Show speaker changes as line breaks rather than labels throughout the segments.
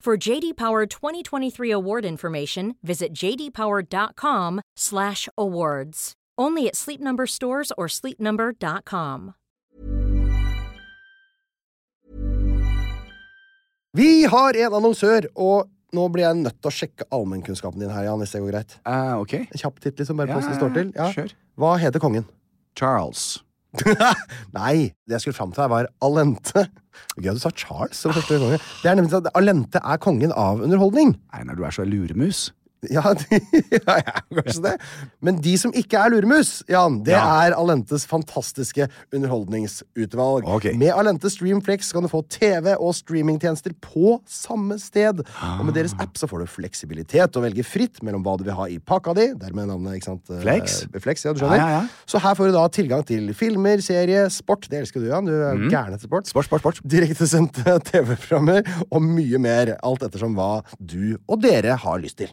For JD Power 2023 award information, visit jdpower.com/awards. Only at Sleep Number stores or sleepnumber.com.
Vi har en annonsør, og nå blir jeg nødt til å sjekke allmennkunnskapen din her, Jan, hvis det går greit.
Eh, ok.
En kjapp titt, liksom, bare
Ja,
på hvordan det står til. Ja.
kjør.
Hva heter kongen?
Charles.
Nei, det jeg skulle fram til her, var Alente. Gøy at du sa Charles som første konge. Det er nemlig sånn at Alente er kongen av underholdning.
Einar, du er så luremus.
Ja, de, ja, jeg er kanskje det. Men de som ikke er luremus, Jan, det
Ja.
er Alentes fantastiske underholdningsutvalg.
Ok.
Med Alente Streamflex kan du få TV og streamingtjenester på samme sted. Og med deres app så får du fleksibilitet og velge fritt mellom hva du vil ha i pakka di. Dermed navnet, ikke sant? eh,
Flex?
Flex, ja, du skjønner.
Ja, ja, ja.
Så her får du da tilgang til filmer, serie, sport. Det elsker du, Jan. Du er jo gæren etter sport.
Mhm. Sport, sport, sport.
Direktesendte TV-programmer og mye mer, alt ettersom hva du og dere har lyst til.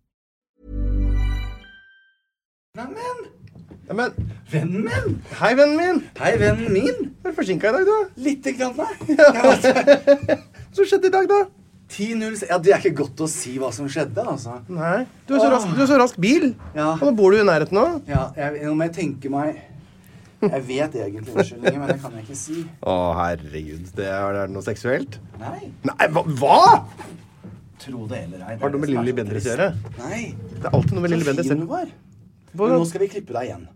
Neimen Vennen min! Hei, vennen min!
Hei, vennen min.
Er du forsinka i dag, du?
Lite grann, nei. Ja. altså.
Hva som skjedde i dag, da?
10-0 Ja, det er ikke godt å si hva som skjedde, altså.
Nei, Du har så rask, du har så rask bil.
Ja.
Og nå bor du i nærheten nå.
Ja, jeg, nå må jeg tenke meg Jeg vet egentlig unnskyldninger, men det kan jeg ikke si.
Å, herregud. Det er, er det noe seksuelt?
Nei.
Nei, hva? hva?
Tro det eller ei. det er
Har det noe med
som er
Lilly
så
Bendriss å
trist.
gjøre?
Nei.
Det er alltid noe med Lilly
Så
Bendriss.
fin
Ja,
du var. Men
Men
nå skal vi klippe deg igjen.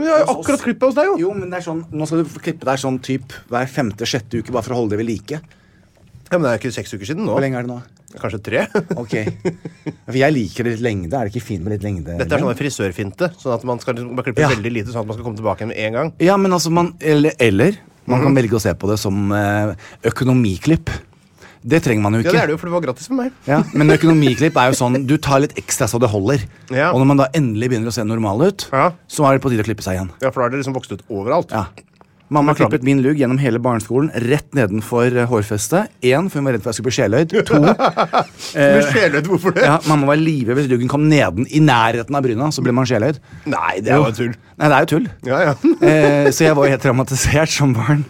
vi har jo akkurat klippet hos deg, jo.
Jo, men det er sånn, Nå skal du få klippe deg sånn typ hver femte-sjette uke bare for å holde det ved like.
Ja, men Det er jo ikke seks uker siden nå.
Hvor lenge er det nå?
Kanskje tre.
Ok. For jeg liker litt lengde. Er det ikke fint med litt lengde?
Dette er sånn frisørfinte. Sånn at man skal liksom bare klippe
Ja.
veldig lite, sånn at man skal komme tilbake igjen med en gang.
Ja, men altså, man Eller, eller man
Mhm.
kan velge å se på det som eh, økonomiklipp. Det trenger man jo
Ja,
ikke.
det er det jo, for det var gratis for meg.
Ja, men økonomiklipp er jo sånn du tar litt ekstra så det holder.
Ja.
Og når man da endelig begynner å se normal ut,
Ja.
så er det på tide å klippe seg igjen.
Ja, for da har det liksom vokst ut overalt.
Ja. Mamma
Beklager.
klippet min lugg gjennom hele barneskolen, rett nedenfor eh, hårfestet. Én, for hun var redd for at jeg skulle bli sjeløyd. To,
Men sjeløyd, hvorfor det?
ja, mamma var livredd hvis luggen kom neden i nærheten av bryna. Så ble man sjeløyd.
Nei, det er jo tull.
Nei, det er jo tull.
Ja, ja.
Eh, så jeg var jo helt traumatisert som barn.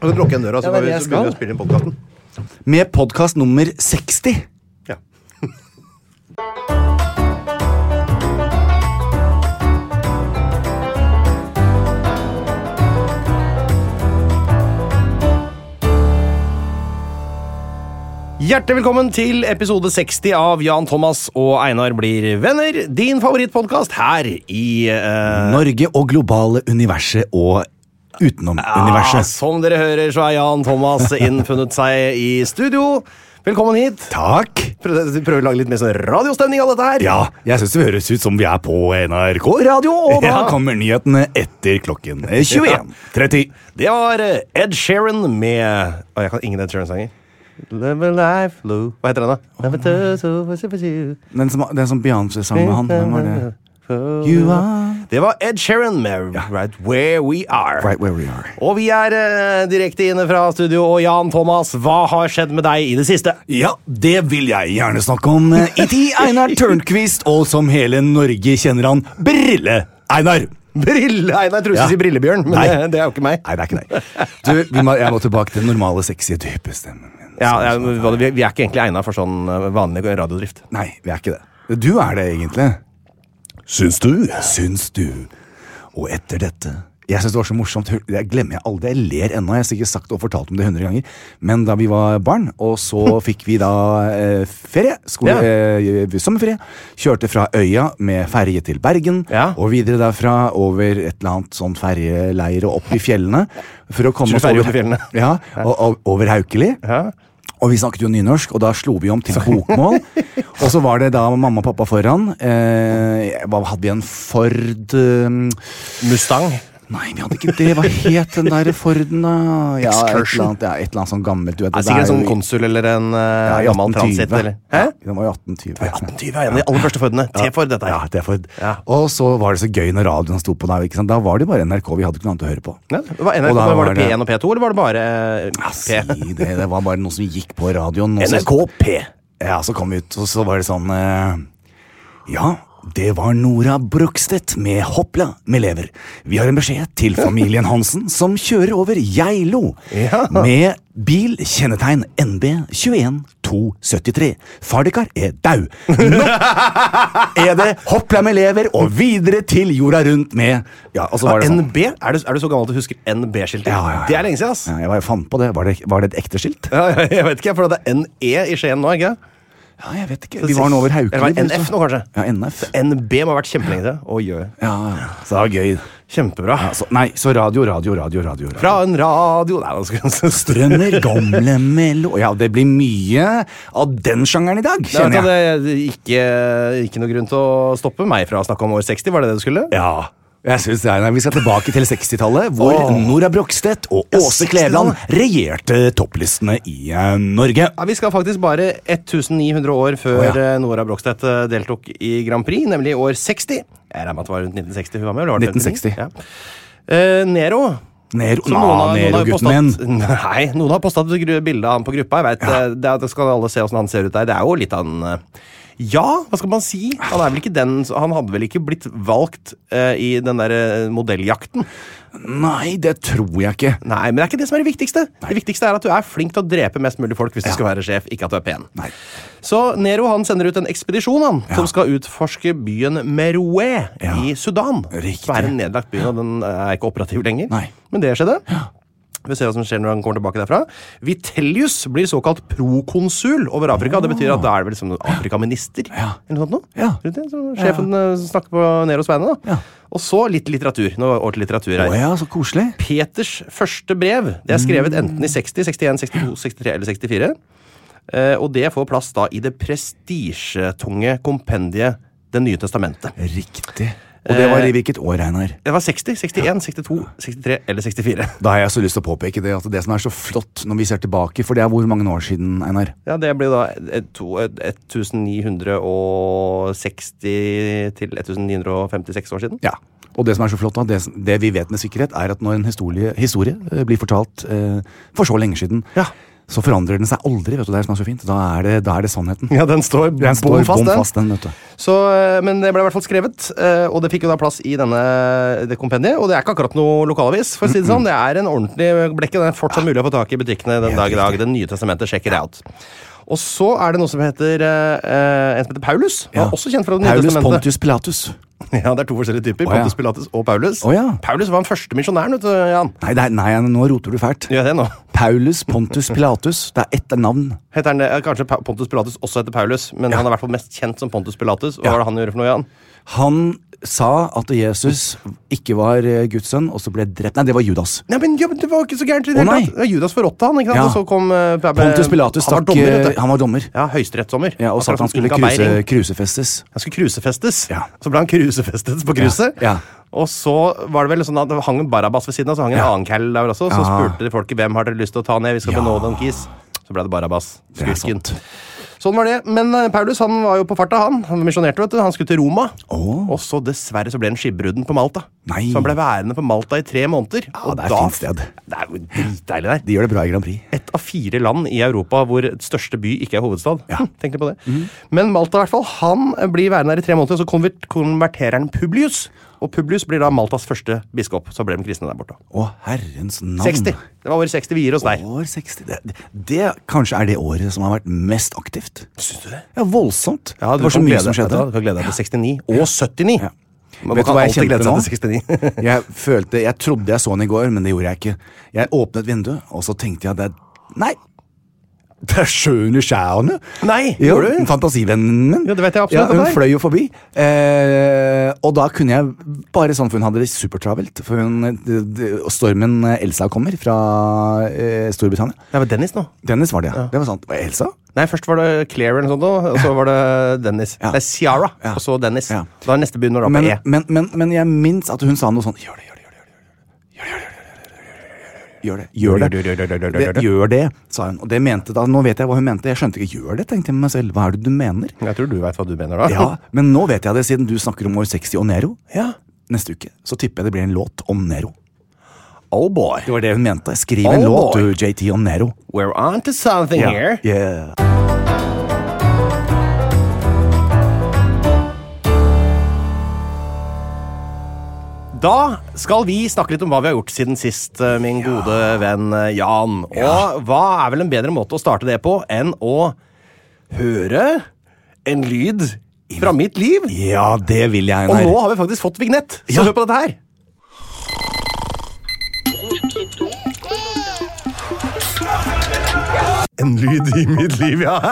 Og så lukker jeg døra, så,
Ja, det er
bare,
det jeg
så begynner vi å
skal.
spille inn podkasten.
Med podkast nummer 60.
Ja. Hjertelig velkommen til episode 60 av Jan Thomas og Einar blir venner. Din favorittpodkast her i eh,
Norge og globale universet og utenom
Ah,
universet.
som dere hører, så er Jan Thomas innfunnet seg i studio. Velkommen hit.
Takk!
Prøv, prøv å lage litt mer sånn radiostemning av dette her.
Ja, jeg syns det høres ut som vi er på NRK radio, og da
Ja.
kommer nyhetene etter klokken 21.30.
eh, Det var eh, Ed Sheeran med Å, Jeg kan ingen Ed Sheeran-sanger. Live a life, Lou. Hva heter den, da? Never too soon, was it oh, for you?
Den som, den som Beyoncé sang med han, hvem var det?
Oh.
You are
Det var Ed Sheeran med Right Where We Are.
Right where we are.
Og vi er eh, direkte inne fra studio. Og Jan Thomas, hva har skjedd med deg i det siste?
Ja, det vil jeg gjerne snakke om. IT Einar Tørnquist, og som hele Norge kjenner han, Brille-Einar.
Brille, nei, nei, truse
Ja.
sier Brillebjørn, men
Nei.
det, det er jo ikke meg.
Nei, det er ikke deg. Du, vi må, jeg må tilbake til den normale, sexy, dype stemmen min.
Ja, ja, men hva- vi, vi er ikke egentlig egna for sånn eh, vanlig radiodrift.
Nei, vi er ikke det. Du er det, egentlig. Syns du? Syns du. Og etter dette Jeg syns det var så morsomt. Hør- Jeg glemmer jeg aldri. Jeg ler ennå. Jeg har sikkert sagt og fortalt om det 100 ganger. Men da vi var barn, og så fikk vi da eh, ferie, skole,
Ja.
eh, sommerferie, kjørte fra Øya med ferje til Bergen,
Ja.
og videre derfra over et eller annet sånn ferjeleir og opp i fjellene. For å komme
Kjøre
oss
ferje
over,
opp i fjellene.
Ja, og, og over Haukeli.
Ja.
Og vi snakket jo nynorsk, og da slo vi om til bokmål. Og så var det da mamma og pappa foran. Eh, hva hadde vi en Ford eh,
Mustang.
Nei, vi hadde ikke det. Hva het den der Forden, da? Ja, et eller
Excursion.
annet, ja, et eller annet sånn gammelt. Du vet,
Er
det
sikkert en
er
sånn
jo-
konsul eller en uh,
ja, i
gammel transit.
1820.
Eller.
Ja,
Hæ?
den var jo 1820.
1820 er en av de aller første Fordene. T-Ford, dette
Ja,
her.
det er Ford.
Ja.
Og så var det så gøy når radioen sto på. Da, ikke sant? da var det jo bare NRK. Vi hadde ikke noe annet å høre på.
Ja, det var, NRK,
Og da
var, det P1 og P2, eller var det bare eh,
Ja, si
P?
det. Det var bare noe som gikk på radioen. og så-
P.
Ja, så kom vi ut, og så var det sånn eh, Ja, det var Nora Brogstedt med Hoppla med lever. Vi har en beskjed til familien Hansen, som kjører over Geilo
Ja.
med bil kjennetegn NB 21273. Fardekar er dau. Nå er det Hoppla med lever og videre til jorda rundt med Ja, og så var det sånn.
NB? Er du, er du så gammel at du husker NB-skiltet?
Ja, ja, ja.
Det er lenge siden, ass.
Ja, jeg var- fant på det. Var, det. var det et ekte skilt?
Ja, jeg vet ikke, for det er NE i Skien nå, ikke
Ja, jeg vet ikke. Vi var nå over Haukeli.
Eller var det
vi
NF
så.
nå, kanskje?
Ja, NF.
NB må ha vært kjempelenge siden. Oi, oi.
Ja, så det var gøy.
Kjempebra.
Ja, så, nei, så radio, radio, radio, radio. radio.
Fra en radio Nei, nå skal jeg
Drømmer, gamle melo... Ja, det blir mye av den sjangeren i dag,
Nei,
kjenner jeg.
vet du, det, ikke, ikke noe grunn til å stoppe meg fra å snakke om år 60, var det det du skulle?
Ja, jeg synes det er, nei, Vi skal tilbake til 60-tallet, hvor
Åh.
Nora Brogstedt og
Ja,
Åse Kleveland regjerte topplistene i eh, Norge.
Ja, vi skal faktisk bare 1900 år før
Å, ja.
eh, Nora Brogstedt eh, deltok i Grand Prix, nemlig i år 60. Jeg regner med at det var rundt 1960 hun var med? eller var det
1960.
59? Ja. Eh, Nero.
Nero,
som
na,
har-
Nero
har
gutten min.
postet- Nei, noen har posta bilde av han på gruppa. Jeg vet, eh, det, er- det skal alle se åssen han ser ut der. Det er jo litt av en eh, ja, hva skal man si? Han, er vel ikke den, han hadde vel ikke blitt valgt eh, i den der eh, modelljakten.
Nei, det tror jeg ikke.
Nei, men det er ikke det som er det viktigste. Det viktigste er at du er flink til å drepe mest mulig folk hvis du skal være sjef, ikke at du er pen.
Nei.
Så Nero han sender ut en ekspedisjon han, som skal utforske byen Meroe
Ja.
i Sudan.
Riktig.
Som er en nedlagt by, og den er ikke operativ lenger.
Nei.
Men det skjedde. Vi ser hva som skjer når han kommer tilbake derfra. Vitellius blir såkalt prokonsul over Afrika. Det betyr at da er det vel liksom Afrikaminister.
Ja.
Eller noe sånt noe.
Ja.
Rundt det, så Sjefen eh, snakker på Neros vegne. da.
Ja.
Og så litt litteratur. Nå over til litteratur her.
Å ja, så koselig.
Peters første brev. Det er skrevet enten i 60, 61, 62, 63 eller 64. Eh, og det får plass da i det prestisjetunge kompendiet Det nye testamentet.
Riktig. Og det
Eh.
var i hvilket år, Einar?
Det var 60, 61, 62, 63 eller 64.
Da har jeg så lyst til å påpeke det, at det som er så flott når vi ser tilbake, for det er hvor mange år siden, Einar?
Ja, det blir da et- to- et- 1960 til 1956 år siden.
Ja. Og det som er så flott da, det, det vi vet med sikkerhet, er at når en historie, historie eh, blir fortalt eh, for så lenge siden,
Ja.
så forandrer den seg aldri. vet du, Det er det som er så fint. Da er det, da er det sannheten.
Ja, den står
Den står
bom fast,
bom
den.
fast, den, vet du.
Så, eh, men det ble i hvert fall skrevet, eh, og det fikk jo da plass i denne, det kompendiet. Og det er ikke akkurat noe lokalavis. for å si Det sånn. Det er en ordentlig blekke. Den er fortsatt mulig å få tak i butikkene den dag i dag. Det nye testamentet sjekker det out. Og så er det noe som heter, eh, en som heter Paulus. Han
Ja.
er også kjent fra Det nye
Paulus
testamentet.
Pontius Pilatus.
Ja, Det er to forskjellige typer.
Å, ja.
Pontus Pilatus og Paulus.
Å, ja.
Paulus var den første misjonæren, vet du, Jan.
Nei, det er, nei, nå roter du fælt.
Gjør jeg det nå?
Paulus Pontus Pilatus. Det er ett navn.
Heter han det? Eh, Kanskje Pa- Pontus Pilatus også heter Paulus, men han er i hvert fall mest kjent som Pontus Pilatus. Hva
Ja.
var det han gjorde for noe, Jan?
Han sa at Jesus ikke var eh, Guds sønn, og så ble drept. Nei, det var Judas.
Nei, men ja, men Det var ikke så gærent. i det
Å,
hele
nei.
tatt. Det var Judas forrådte han. ikke sant?
Ja.
Og så kom eh, Pab-
Pontus Pilatus
Han var
stakk
dommer.
eh,
vet du.
Han var dommer.
Ja, høyesterettsdommer.
Ja, og sa at han skulle
Akkurat som Inga Beiring.
kruse, krusefestes.
Han skulle krusefestes.
Ja.
Så ble han krusefestet på kruset.
Ja.
Og så var det vel sånn at det hang en Barabas ved siden av, så hang en
Ja.
annen kall der også. Så
Ja.
spurte de folket hvem har dere lyst til å ta ned. Vi skal
Ja.
benåde en kis. Så ble det Barabas.
Det er
Skurken. Sånn var det. Men eh, Paulus han var jo på farta, han. Han misjonerte, vet du. Han skulle til Roma.
Åh.
Og så dessverre så ble han skipbrudden på Malta.
Nei.
Så han ble værende på Malta i tre måneder.
Ja, det er
da-
et fint sted.
Det er jo dritdeilig der.
De gjør det bra i Grand Prix.
Ett av fire land i Europa hvor største by ikke er hovedstad. Hm, Tenk deg på det.
Mhm.
Men Malta, i hvert fall, han eh, blir værende her i tre måneder, og så konver- konverterer han Publius. Og Publius blir da Maltas første biskop. Så ble de kristne der borte.
Å, herrens navn.
60. Det var over 60 vi gir oss der.
År 60. Det, det, det kanskje er det året som har vært mest aktivt. Syns du det? Ja, voldsomt.
Ja,
det var så
kan
mye
glede
som
deg-
skjedde.
Du kan glede deg til 69. Og 79.
Ja.
Man
Vet du
kan
hva jeg
alltid
kjente
glede
nå?
seg til 69.
jeg følte, jeg trodde jeg så den i går, men det gjorde jeg ikke. Jeg åpnet vinduet, og så tenkte jeg at det er Nei! Det er sjøen i skjærene!
Nei,
Jo,
gjorde du?
Fantasivennen min.
Ja, det vet jeg absolutt at
hun
det er.
fløy jo forbi. Eh, og da kunne jeg bare sånn, for hun hadde det supertravelt. For hun, d- d- stormen Elsa kommer fra eh, Storbritannia.
Det var Dennis nå.
Dennis var det, ja. Det var sant. Var det Elsa?
Nei, først var det Claire eller noe sånt, da, og så var det Dennis.
Ja.
Det er Ciara,
Ja.
og så Dennis.
Ja.
Da er neste byen når det
Men,
er på E.
men, men, men jeg minnes at hun sa noe sånn Gjør det, gjør det, gjør det. Gjør det, gjør det, gjør det, gjør det, gjør det, gjør det, gjør det, gjør det, gjør det, gjør det, gjør det, gjør det, gjør det. det, gjør det, sa hun. Og det mente da, nå vet jeg hva hun mente. Jeg skjønte ikke gjør det, tenkte jeg med meg selv. Hva er det du mener?
Jeg tror du veit hva du mener, da.
Ja, Men nå vet jeg det, siden du snakker om år 60 og Nero.
Ja.
Neste uke så tipper jeg det blir en låt om Nero.
Oh boy.
Det var det hun mente. Skriv
Oh,
en låt,
boy.
du, JT, om Nero.
We're on to something here.
Yeah.
Da skal vi snakke litt om hva vi har gjort siden sist, eh, min gode venn eh, Jan. Og hva er vel en bedre måte å starte det på enn å høre en lyd fra mitt liv?
Ja, det vil jeg,
Og
Einar.
nå har vi faktisk fått vignett, så
Ja.
hør på dette her. En lyd i mitt liv, ja.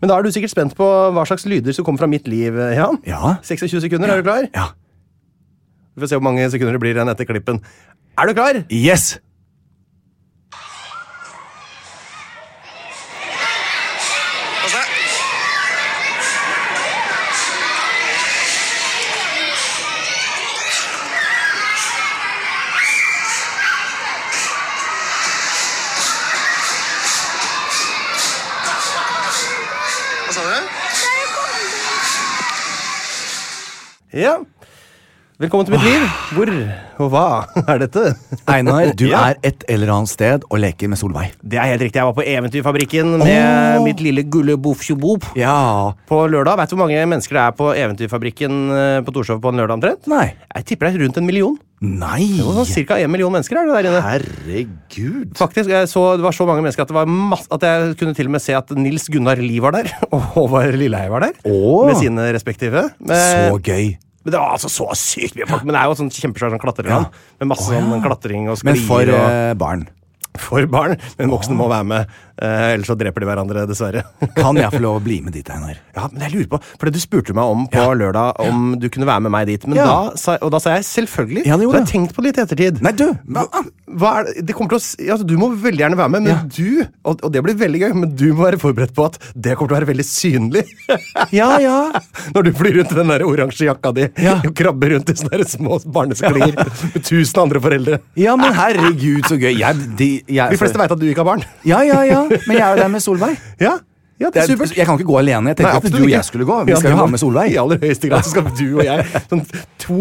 Men da er du sikkert spent på hva slags lyder som kommer fra mitt liv, eh, Jan.
Ja.
26 sekunder, er du klar?
Ja.
Vi får se hvor mange sekunder det blir igjen etter klippen. Er du klar?
Yes!
Hva sa du?
Ja. Velkommen til mitt liv. Hvor og hva er dette?
Einar, du
Ja.
er et eller annet sted og leker med Solveig.
Det er helt riktig. Jeg var på Eventyrfabrikken med mitt lille gulle boff-tjobob.
Ja.
På lørdag, Vet du hvor mange mennesker det er på Eventyrfabrikken eh, på Torshov på en lørdag? omtrent?
Nei.
Jeg tipper det er rundt en million.
Nei!
Det var sånn Ca. en million mennesker er det der inne.
Herregud.
Faktisk, jeg så, Det var så mange mennesker at, det var masse, at jeg kunne til og med se at Nils Gunnar Lie var der. Og Håvard Lilleheie var der.
Åh.
Med sine respektive. Men-
Så gøy.
eh, Men det var altså så sykt mye folk. Men det er jo et sånt kjempesvært sånn klatreland. Med masse sånn klatring og
Men
sklier
for
og
eh, barn.
For barn. Men voksne må være med. eh, ellers så dreper de hverandre, dessverre.
Kan jeg få lov å bli med dit, Einar?
Ja, men jeg lurer på, for Du spurte meg om på lørdag om du kunne være med meg dit. Men
Ja.
da, sa- og da sa jeg selvfølgelig.
Ja, det gjorde
så jeg har
du.
tenkt på det litt i ettertid.
Nei, du!
Hva, hva er det? Det kommer til å, s- altså, du må veldig gjerne være med, men du og, og det blir veldig gøy, men du må være forberedt på at det kommer til å være veldig synlig.
Ja, ja.
Når du flyr rundt i den der oransje jakka di
Ja.
og krabber rundt i sånne der små barnesklier med tusen andre foreldre.
Ja, men herregud, så gøy. Jeg, de, jeg,
De fleste veit at du ikke har barn.
Ja, ja, ja. Men jeg er jo der med Solveig.
Ja, ja det
Det
er
er,
supert.
jeg kan ikke gå alene. Jeg tenkte
Nei,
at
absolutt
du og
ikke.
jeg skulle gå. Vi
Ja,
skal
det
jo
må-
ha med Solveig.
I aller høyeste grad så skal du og jeg, sånn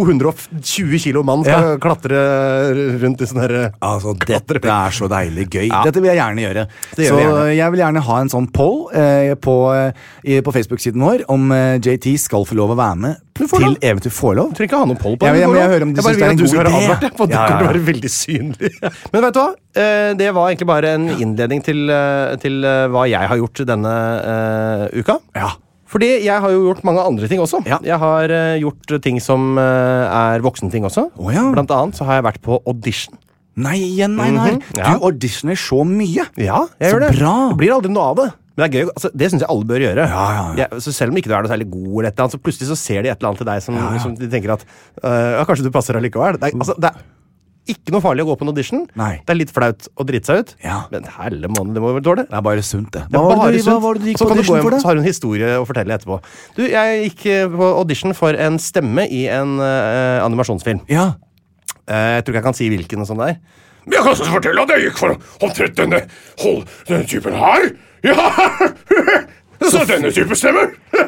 220 kilo mann, skal
Ja.
klatre rundt i sånn herre
Altså, Dette er så deilig gøy.
Ja.
Dette vil jeg gjerne gjøre.
Det gjør
så
vi gjerne.
jeg vil gjerne ha en sånn poll eh, på, eh, i- på Facebook-siden vår om eh, JT skal få lov å være med
Du får
til
lov.
eventyr får lov.
Du trenger ikke ha noen poll på
Jeg vil-
det,
jeg vil- jeg
Nicola.
hører om du
bare vil
synes det er
at
en
du
god
skal være
idé.
advart, jeg, for det
Ja, ja,
kommer til å
ja.
være veldig synlig. Men vet du hva? Eh, Det var egentlig bare en innledning til, eh, til eh, hva jeg har gjort denne eh, uka.
Ja.
Fordi jeg har jo gjort mange andre ting også.
Ja.
Jeg har eh, gjort ting som eh, er voksenting også.
Å ja.
Blant annet så har jeg vært på audition.
Nei igjen, Einar.
Mhm. Ja.
Du auditioner så mye.
Ja, jeg
Så
gjør det.
bra.
Det blir aldri noe av det. Men det er gøy, altså, det syns jeg alle bør gjøre.
Ja, ja, ja.
Jeg- så selv om ikke du er noe særlig god, eller et eller annet, så plutselig så ser de et eller annet til deg som, som de tenker at øh, ja, kanskje du passer allikevel. Det er, altså, det er ikke noe farlig å gå på en audition.
Nei.
Det er litt flaut å drite seg ut,
Ja.
men helle måned, det må være dårlig.
Det er bare sunt, det.
Det er
Hva var
bare
det du, hva
sunt.
var det du gikk
så
på
kan du gå
audition
hjem,
for,
så
da?
har hun historie å fortelle etterpå. Du, Jeg gikk eh, på audition for en stemme i en eh, animasjonsfilm.
Ja.
Eh, jeg tror ikke jeg kan si hvilken og sånn der.
Men jeg kan også fortelle at jeg gikk for omtrent denne hold, denne typen her. Ja! Så denne type stemmer.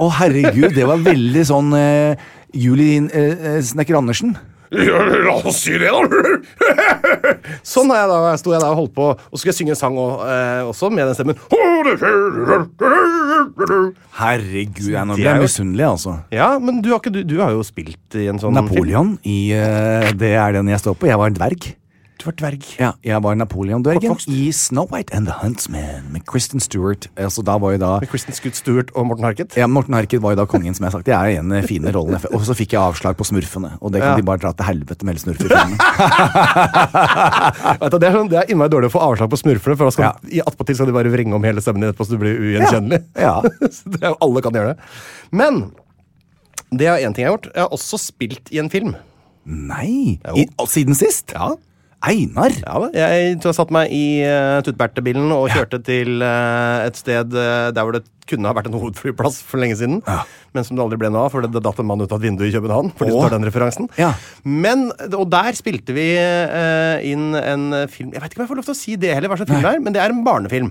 Å, herregud, det var veldig sånn eh, Julie eh, eh, Snekker Andersen.
Ja, La oss si det, da.
Sånn er jeg da, sto jeg der og holdt på, og så skulle jeg synge en sang og, eh, også med den stemmen.
Herregud, jeg nå
Det
ble
er
jeg
jo-
misunnelig, altså.
Ja, men du har, ikke, du, du har jo spilt i en sånn
Napoleon i eh, Det er den jeg står på. Jeg var en dverg.
film. Du var dverg.
Ja, jeg var Napoleon-dvergen
Kortvokst.
i Snow White and the Huntsman med Kristen Stewart. Altså, da var jo da
Med Kristen Scoot Stewart og Morten Harket.
ja, Morten Harket var jo da kongen, som jeg har sagt. Det er en av de fine rollene. Og så fikk jeg avslag på Smurfene. Og det
Ja.
kan de bare dra til helvete med hele Smurfefilmene.
Vet du, det, er sånn, det er innmari dårlig å få avslag på smurfene, for da skal, i
Ja.
attpåtil skal de bare vrenge om hele stemmen din etterpå, så du blir ugjenkjennelig.
Ja.
Så det er jo- alle kan gjøre det. Men det er én ting jeg har gjort. Jeg har også spilt i en film.
Nei! I, og siden sist? Einar!
Ja, da. jeg tror jeg satte meg i uh, tuttbertebilen og kjørte til eh, et sted eh, der hvor det kunne ha vært en hovedflyplass for lenge siden, men som det aldri ble noe av, for det, det datt en mann ut av et vindu i København. for de som
Åh.
tar den referansen.
Ja.
Men, Og der spilte vi eh, inn en film Jeg vet ikke om jeg får lov til å si det heller, hva slags film det er, men det er en barnefilm.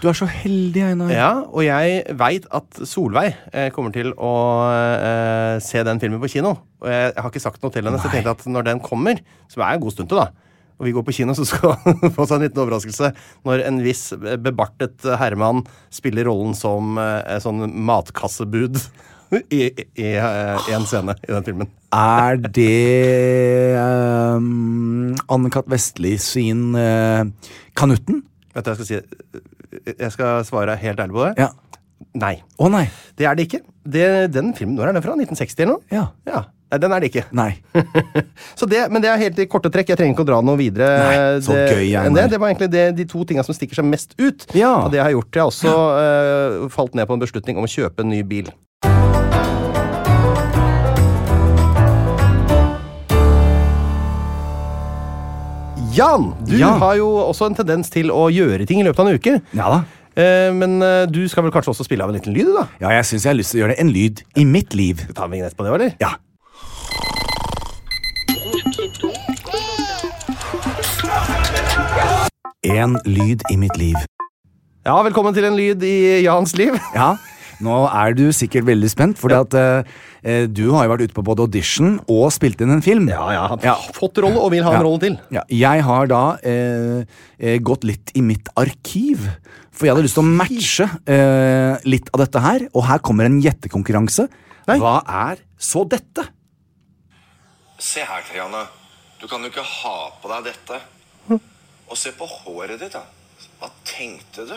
Du er så heldig, Einar.
Ja, og jeg veit at Solveig eh, kommer til å eh, se den filmen på kino. Og jeg, jeg har ikke sagt noe til henne, så jeg tenkte at når den kommer, som er en god stund til, da og vi går på kino, så skal hun få seg en liten overraskelse når en viss eh, bebartet herremann spiller rollen som eh, sånn matkassebud i, i eh, en scene i den filmen.
Er det um, Anne-Kat. Vestli sin eh, Kanutten?
Vet du hva jeg skal si? Jeg skal svare helt ærlig på det.
Ja.
Nei.
Å nei.
Det er det ikke. Det, den filmen, Når er den fra? 1960 eller noe?
Ja.
ja. Nei, den er det ikke.
Nei.
Så det, men det er helt i korte trekk. Jeg trenger ikke å dra noe videre.
Nei, så
det,
gøy, Einar.
enn det, det var egentlig det, de to tinga som stikker seg mest ut.
Ja.
Og det jeg har gjort. Jeg har også eh, falt ned på en beslutning om å kjøpe en ny bil. Jan, du
Ja.
har jo også en tendens til å gjøre ting i løpet av en uke.
Ja da.
Eh, men eh, du skal vel kanskje også spille av en liten lyd, da?
Ja, jeg syns jeg har lyst til å gjøre en lyd i mitt liv.
Ta en vignett på det, eller?
Ja. En lyd i mitt liv.
Ja, velkommen til en lyd i Jans liv.
Ja, nå er du sikkert veldig spent, for eh, du har jo vært ute på både audition og spilt inn en film.
Ja, ja. Han
Ja.
har fått rolle og vil ha en
Ja.
rolle til.
Ja, jeg har da eh, eh, gått litt i mitt arkiv. For jeg hadde lyst til å matche eh, litt av dette her. Og her kommer en gjettekonkurranse. Hva er så dette?
Se her, Triana. Du kan jo ikke ha på deg dette. Hm. Og se på håret ditt, da. Hva tenkte du?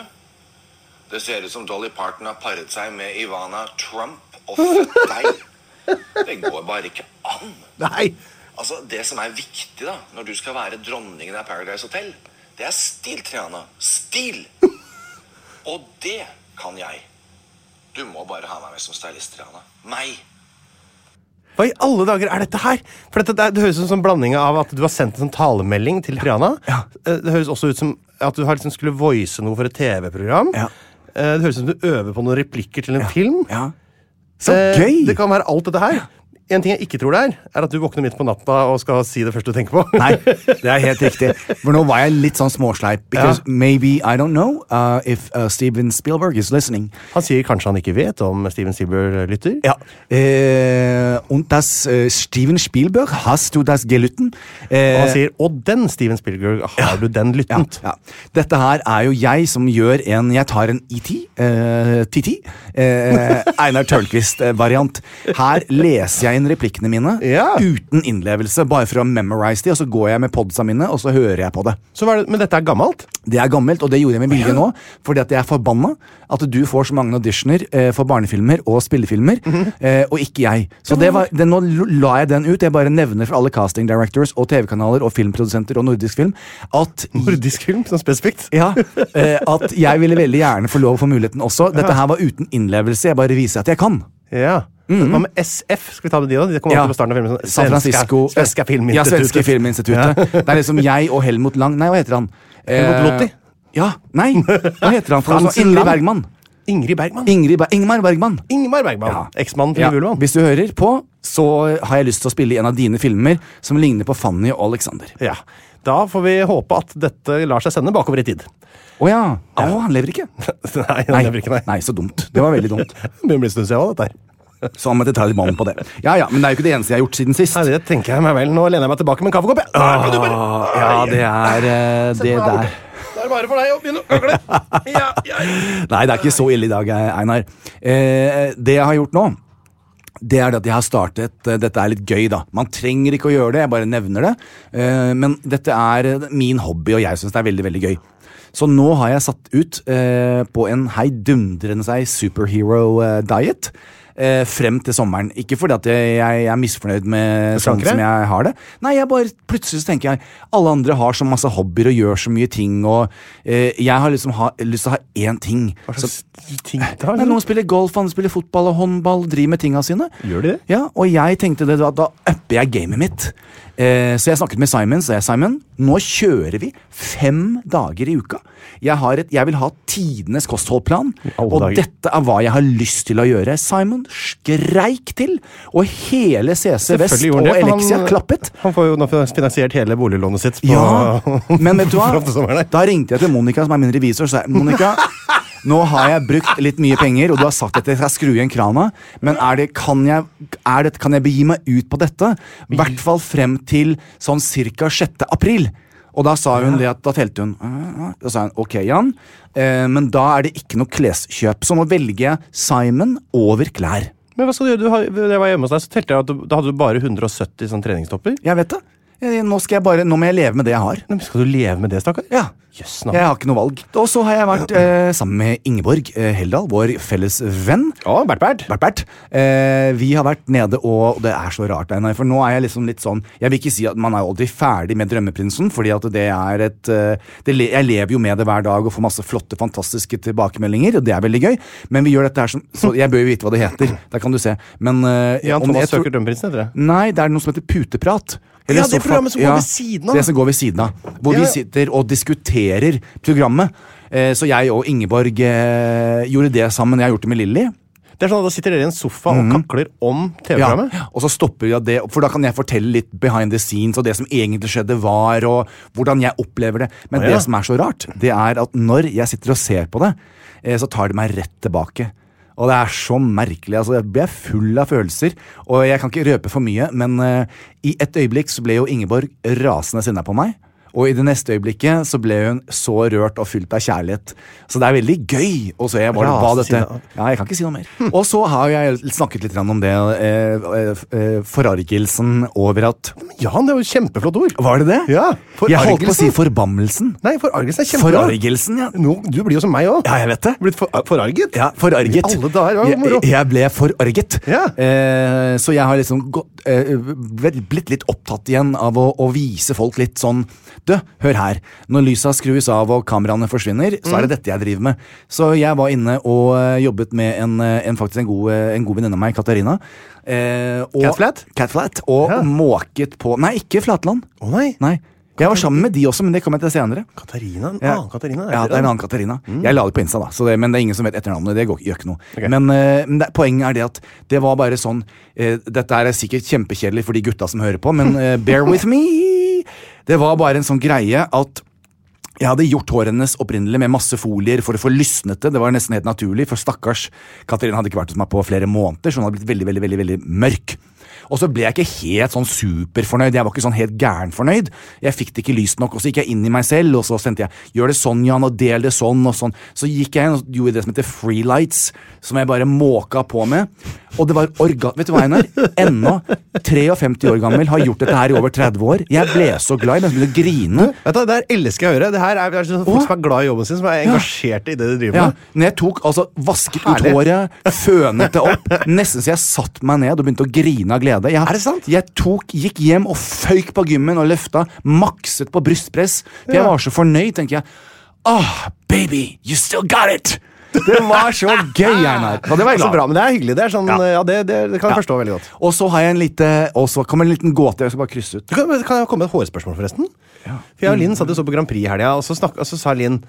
Det ser ut som Dolly Parton har paret seg med Ivana Trump og født deg. Det går bare ikke an.
Nei!
Altså, Det som er viktig da, når du skal være dronningen av Paradise Hotel, det er stil, Triana. Stil! Og det kan jeg. Du må bare ha meg med som stylist, Triana. Meg.
Hva i alle dager er dette her? For dette, det, det høres ut som en blanding av at du har sendt en sånn talemelding til Triana. Eh, Det høres også ut som at du har liksom skulle voice noe for et TV-program.
Ja.
Eh, Det høres ut som du øver på noen replikker til en film.
Ja. Så
Eh,
gøy!
Det kan være alt dette her. En ting jeg ikke tror det er, er at du våkner midt på natta og skal si det første du tenker på.
Nei, det er helt riktig. For nå var jeg litt sånn småsleip. Because maybe, I don't know, uh, if uh, Steven Spielberg is listening.
Han sier kanskje han ikke vet om Steven Sieber lytter.
Ja. Eh, und das eh, Steven Spielberg, hast du das gelitten? Eh,
Og han sier 'Å, den Steven Spielberg, har du den
Ja,
lyttent?'
ja. Dette her er jo jeg som gjør en Jeg tar en ET, eh, TT, eh, Einar Tørnquist-variant. Her leser jeg inn replikkene mine
Ja.
uten innlevelse, bare for å memorize de, og så går jeg med podsa mine, og så hører jeg på det.
Så hva er det, men dette er gammelt?
Det er gammelt, og det gjorde jeg med vilje nå, fordi at jeg er forbanna at du får så mange auditioner eh, for barnefilmer og spillefilmer,
Mhm.
eh, og ikke jeg. Så det var, det, nå l- la jeg den ut. Jeg bare nevner for alle casting directors og TV-kanaler og filmprodusenter og nordisk film at
Nordisk film, sånn spesifikt.
ja, eh, at jeg ville veldig gjerne få lov å få muligheten også. Dette her var uten innlevelse. Jeg bare viser at jeg kan.
Ja. Hva med SF? Skal vi ta med de, da? De kommer
Mm. Ja.
alltid på starten av filmen. sånn,
San Francisco eh,
Svenska, svenska
Ja,
filminstitutet.
Svenske Filminstituttet. Det er liksom jeg og Helmut Lang Nei, hva heter han? Eh,
Helmut Lotti?
Ja, nei, hva heter han? for noe
Fransen
sånn? Ingrid
Lang?
Bergman.
Ingrid Bergman.
Ingrid Ber Ingmar Bergman.
Ingmar Bergman. Eksmannen til
Ja,
Ulvan.
Hvis du hører på, så har jeg lyst til å spille i en av dine filmer som ligner på Fanny og Alexander.
Ja. Da får vi håpe at dette lar seg sende bakover i tid.
Å ja! Å, han lever ikke!
Nei, det lever ikke, nei.
nei, så dumt. Det var veldig dumt.
Det begynner å bli en stund siden også, dette her.
Så han måtte ta litt mann på det. Ja ja, men det er jo ikke det eneste jeg har gjort siden sist.
Nei, det tenker jeg meg vel. Nå lener jeg meg tilbake med en kaffekopp, jeg. Der kan du bare-
Ah, ja, det er eh, det der.
Det er bare for deg å begynne å gagle. Ja, ja, ja.
Nei, det er ikke så ille i dag, Einar. Eh, det jeg har gjort nå, det er det at jeg har startet eh, Dette er litt gøy, da. Man trenger ikke å gjøre det, jeg bare nevner det. Eh, men dette er eh, min hobby, og jeg syns det er veldig, veldig gøy. Så nå har jeg satt ut eh, på en heidundrende seg superhero-diet. Eh, frem til sommeren. Ikke fordi at jeg, jeg, jeg er misfornøyd med sånn
slankere?
som jeg har det. Nei, jeg bare plutselig så tenker jeg Alle andre har så masse hobbyer og gjør så mye ting, og eh, jeg har liksom ha, lyst til å ha én ting.
Hva
som-
slags ting tar
Nei,
du?
noen spiller golf, andre spiller fotball og håndball. Driver med tinga sine.
Gjør de det?
Ja, Og jeg tenkte det, da, da upper jeg gamet mitt. Eh, så jeg snakket med Simon, sa jeg, Simon, nå kjører vi fem dager i uka. Jeg, har et, jeg vil ha tidenes kostholdplan,
alle
og
dager.
dette er hva jeg har lyst til å gjøre. Simon skreik til, og hele CC Vest
Selvfølgelig
og
gjorde han det, for
Elixia
han-
klappet.
Han får jo nå finansiert hele boliglånet sitt. På,
Ja, men vet du hva?
fram til sommeren her.
Da ringte jeg til Monica, som er min revisor, og sa jeg, Monica, nå har jeg brukt litt mye penger, og du har sagt at jeg skal skru igjen krana, men er det, kan, jeg, er det, kan jeg begi meg ut på dette? I hvert fall frem til sånn ca. 6. april. Og da sa hun det at da telte hun. «Ah, ah». Da sa hun ok, Jan, eh, men da er det ikke noe kleskjøp. Så nå velger jeg Simon over klær.
Men hva skal du gjøre? Du har, da jeg var hjemme hos deg, så telte jeg at du, da hadde du bare 170 sånn treningstopper.
Jeg vet det. Eh, Nå, skal jeg bare, nå må jeg leve med det jeg har.
Nei, men Skal du leve med det, stakkar?
Ja.
Jøss,
Jeg
navn.
har ikke noe valg. Og så har jeg vært eh, sammen med Ingeborg eh, Heldal, vår felles venn.
Ja, Bert Bert.
Bert Bert. Eh, vi har vært nede, og det er så rart, Einar, for nå er jeg liksom litt sånn Jeg vil ikke si at man er jo aldri ferdig med Drømmeprinsen, fordi at det er et eh, det, le- Jeg lever jo med det hver dag og får masse flotte, fantastiske tilbakemeldinger, og det er veldig gøy, men vi gjør dette her som Så jeg bør jo vite hva det heter. Der kan du se. Men eh,
Jan
om- jeg
Thomas
tror-
søker drømmeprinsen, heter det.
Nei, det er noe som heter Puteprat. Eller
Ja, det
i så fall-
programmet som går ved siden av.
Det som går ved siden av.
Ja,
Hvor
ja.
vi sitter og diskuterer programmet. Eh, Så jeg og Ingeborg eh, gjorde det sammen. Jeg har gjort det med Lilly.
Det er sånn at Da sitter dere i en sofa og kakler om
Mhm. Ja.
TV-programmet.
Og så stopper vi av det, for da kan jeg fortelle litt behind the scenes og det som egentlig skjedde, var, og hvordan jeg opplever det. Men
Å, ja.
det som er så rart, det er at når jeg sitter og ser på det, eh, så tar det meg rett tilbake. Og det er så merkelig. altså Jeg ble full av følelser. Og jeg kan ikke røpe for mye, men eh, i et øyeblikk så ble jo Ingeborg rasende sinna på meg. Og i det neste øyeblikket så ble hun så rørt og fylt av kjærlighet. Så det er veldig gøy å se hva, hva
Rasende
dette
sinna.
ja, jeg kan ikke si noe mer. Og så har jeg snakket litt grann om det. Eh, eh, eh, forargelsen over at
Jan, det er jo et kjempeflott ord.
Var det det?
Ja,
Jeg holdt på å si
forargelsen.
forbammelsen.
Nei, forargelsen er kjempebra.
Forargelsen, ja.
Nå, du blir jo som meg òg.
Ja, jeg vet det.
Blitt for, forarget?
Ja, forarget.
I alle dager, det var jo moro.
jeg, jeg ble forarget.
Ja.
Eh, så jeg har liksom gått, eh, vel- blitt litt opptatt igjen av å, å vise folk litt sånn Du, hør her. Når lysa skrus av og kameraene forsvinner, så
Mm.
er det dette jeg driver med. Så jeg var inne og eh, jobbet med en, eh, en faktisk en god, eh, en god venninne av meg, Katarina. Eh, og,
Catflat?
Catflat, Og
Ja.
måket på Nei, ikke Flatland.
Å nei.
Nei. Jeg var sammen med de også, men det kom jeg til senere.
Katarina? En
Ja.
annen Katarina?
Ja, det er en annen Katarina. Jeg la det på Insta, da, så det, men det er ingen som vet etternavnet. Det går, gjør ikke noe. Men, eh, men det, poenget er det at det var bare sånn eh, Dette er sikkert kjempekjedelig for de gutta som hører på, men eh, bear with me! Det var bare en sånn greie at jeg hadde gjort håret hennes opprinnelig med masse folier for å få lysnet det. Det var nesten helt naturlig, for stakkars Katarina hadde ikke vært hos meg på flere måneder, så hun hadde blitt veldig, veldig, veldig, veldig mørk. Og så ble jeg ikke helt sånn superfornøyd. Jeg var ikke sånn helt gærenfornøyd. Jeg fikk det ikke lyst nok, og så gikk jeg inn i meg selv, og så sendte jeg gjør det sånn, Jan, og del det sånn, og sånn. Så gikk jeg inn og gjorde det som heter freelights, som jeg bare måka på med. Og det var orga... Vet du hva, Einar? Ennå, 53 år gammel, har gjort dette her i over 30 år. Jeg ble så glad, jeg begynte å grine.
Vet du, Det her elsker jeg å høre. Det her er, det er sånn folk
Åh.
som er glad i jobben sin, som er engasjerte i det de driver
Ja,
med.
når jeg tok, altså Vasket
Herlig.
ut håret, fønet det opp. Nesten så jeg satt meg ned og begynte å grine av glede. Jeg,
Er det sant?
Jeg tok, gikk hjem og føyk på gymmen og løfta. Makset på brystpress. For Jeg var så fornøyd, tenker jeg. Ah, baby, you still got it! Det var så gøy, Einar. Og det var jeg
så
glad.
bra, men det er hyggelig. Det er sånn,
Ja.
ja, det, det, det kan jeg
Ja.
forstå veldig godt.
Og så har jeg en lite, og så kommer en liten gåte jeg skal bare krysse ut.
Mm. Du kan, kan jeg komme med et hårspørsmål, forresten? For jeg og Linn satt og så på Grand Prix i helga, og så, snakk, og så sa Linn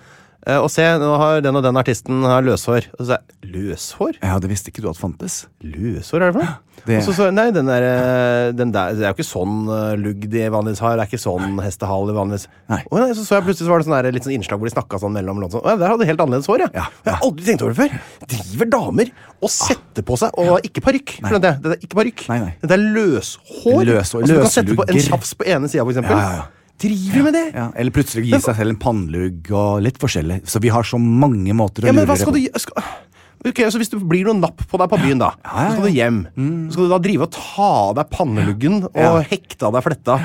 eh, og se, nå har den og den artisten har løshår. Og så sa jeg, løshår?
Ja, det visste ikke du at fantes.
Løshår, er det for noe?
Det-
Og så så jeg, nei, den der, eh, den der Det er jo ikke sånn eh, lugg de vanligvis har. Det er ikke sånn hestehale de vanligvis
Nei.
Å, nei, Så så jeg plutselig så var det sånn der, litt sånn innslag hvor de snakka sånn mellom låtene. Sånn. «Å, ja, Der hadde de helt annerledes hår, ja.
Ja, Ah.
Jeg har aldri tenkt over det før. Driver damer og setter på seg Og ikke parykk. for
Nei.
Det, det er ikke parykk.
Nei, nei.
Det er løshår.
Løshår,
altså, du kan sette på en
løslugger.
tjafs på ene sida, for eksempel.
Ja, ja, ja.
Driver med det!
Ja, eller plutselig gi seg selv en pannelugg og litt forskjellig. Så vi har så mange måter å
Ja, men
lure
hva skal du
det på.
gjø- skal... Ok, så Hvis det blir noe napp på deg på byen, da
Ja, ja,
så skal du
ja. Mm.
hjem. Så skal du da drive og ta av deg panneluggen og
Ja.
hekte av deg fletta.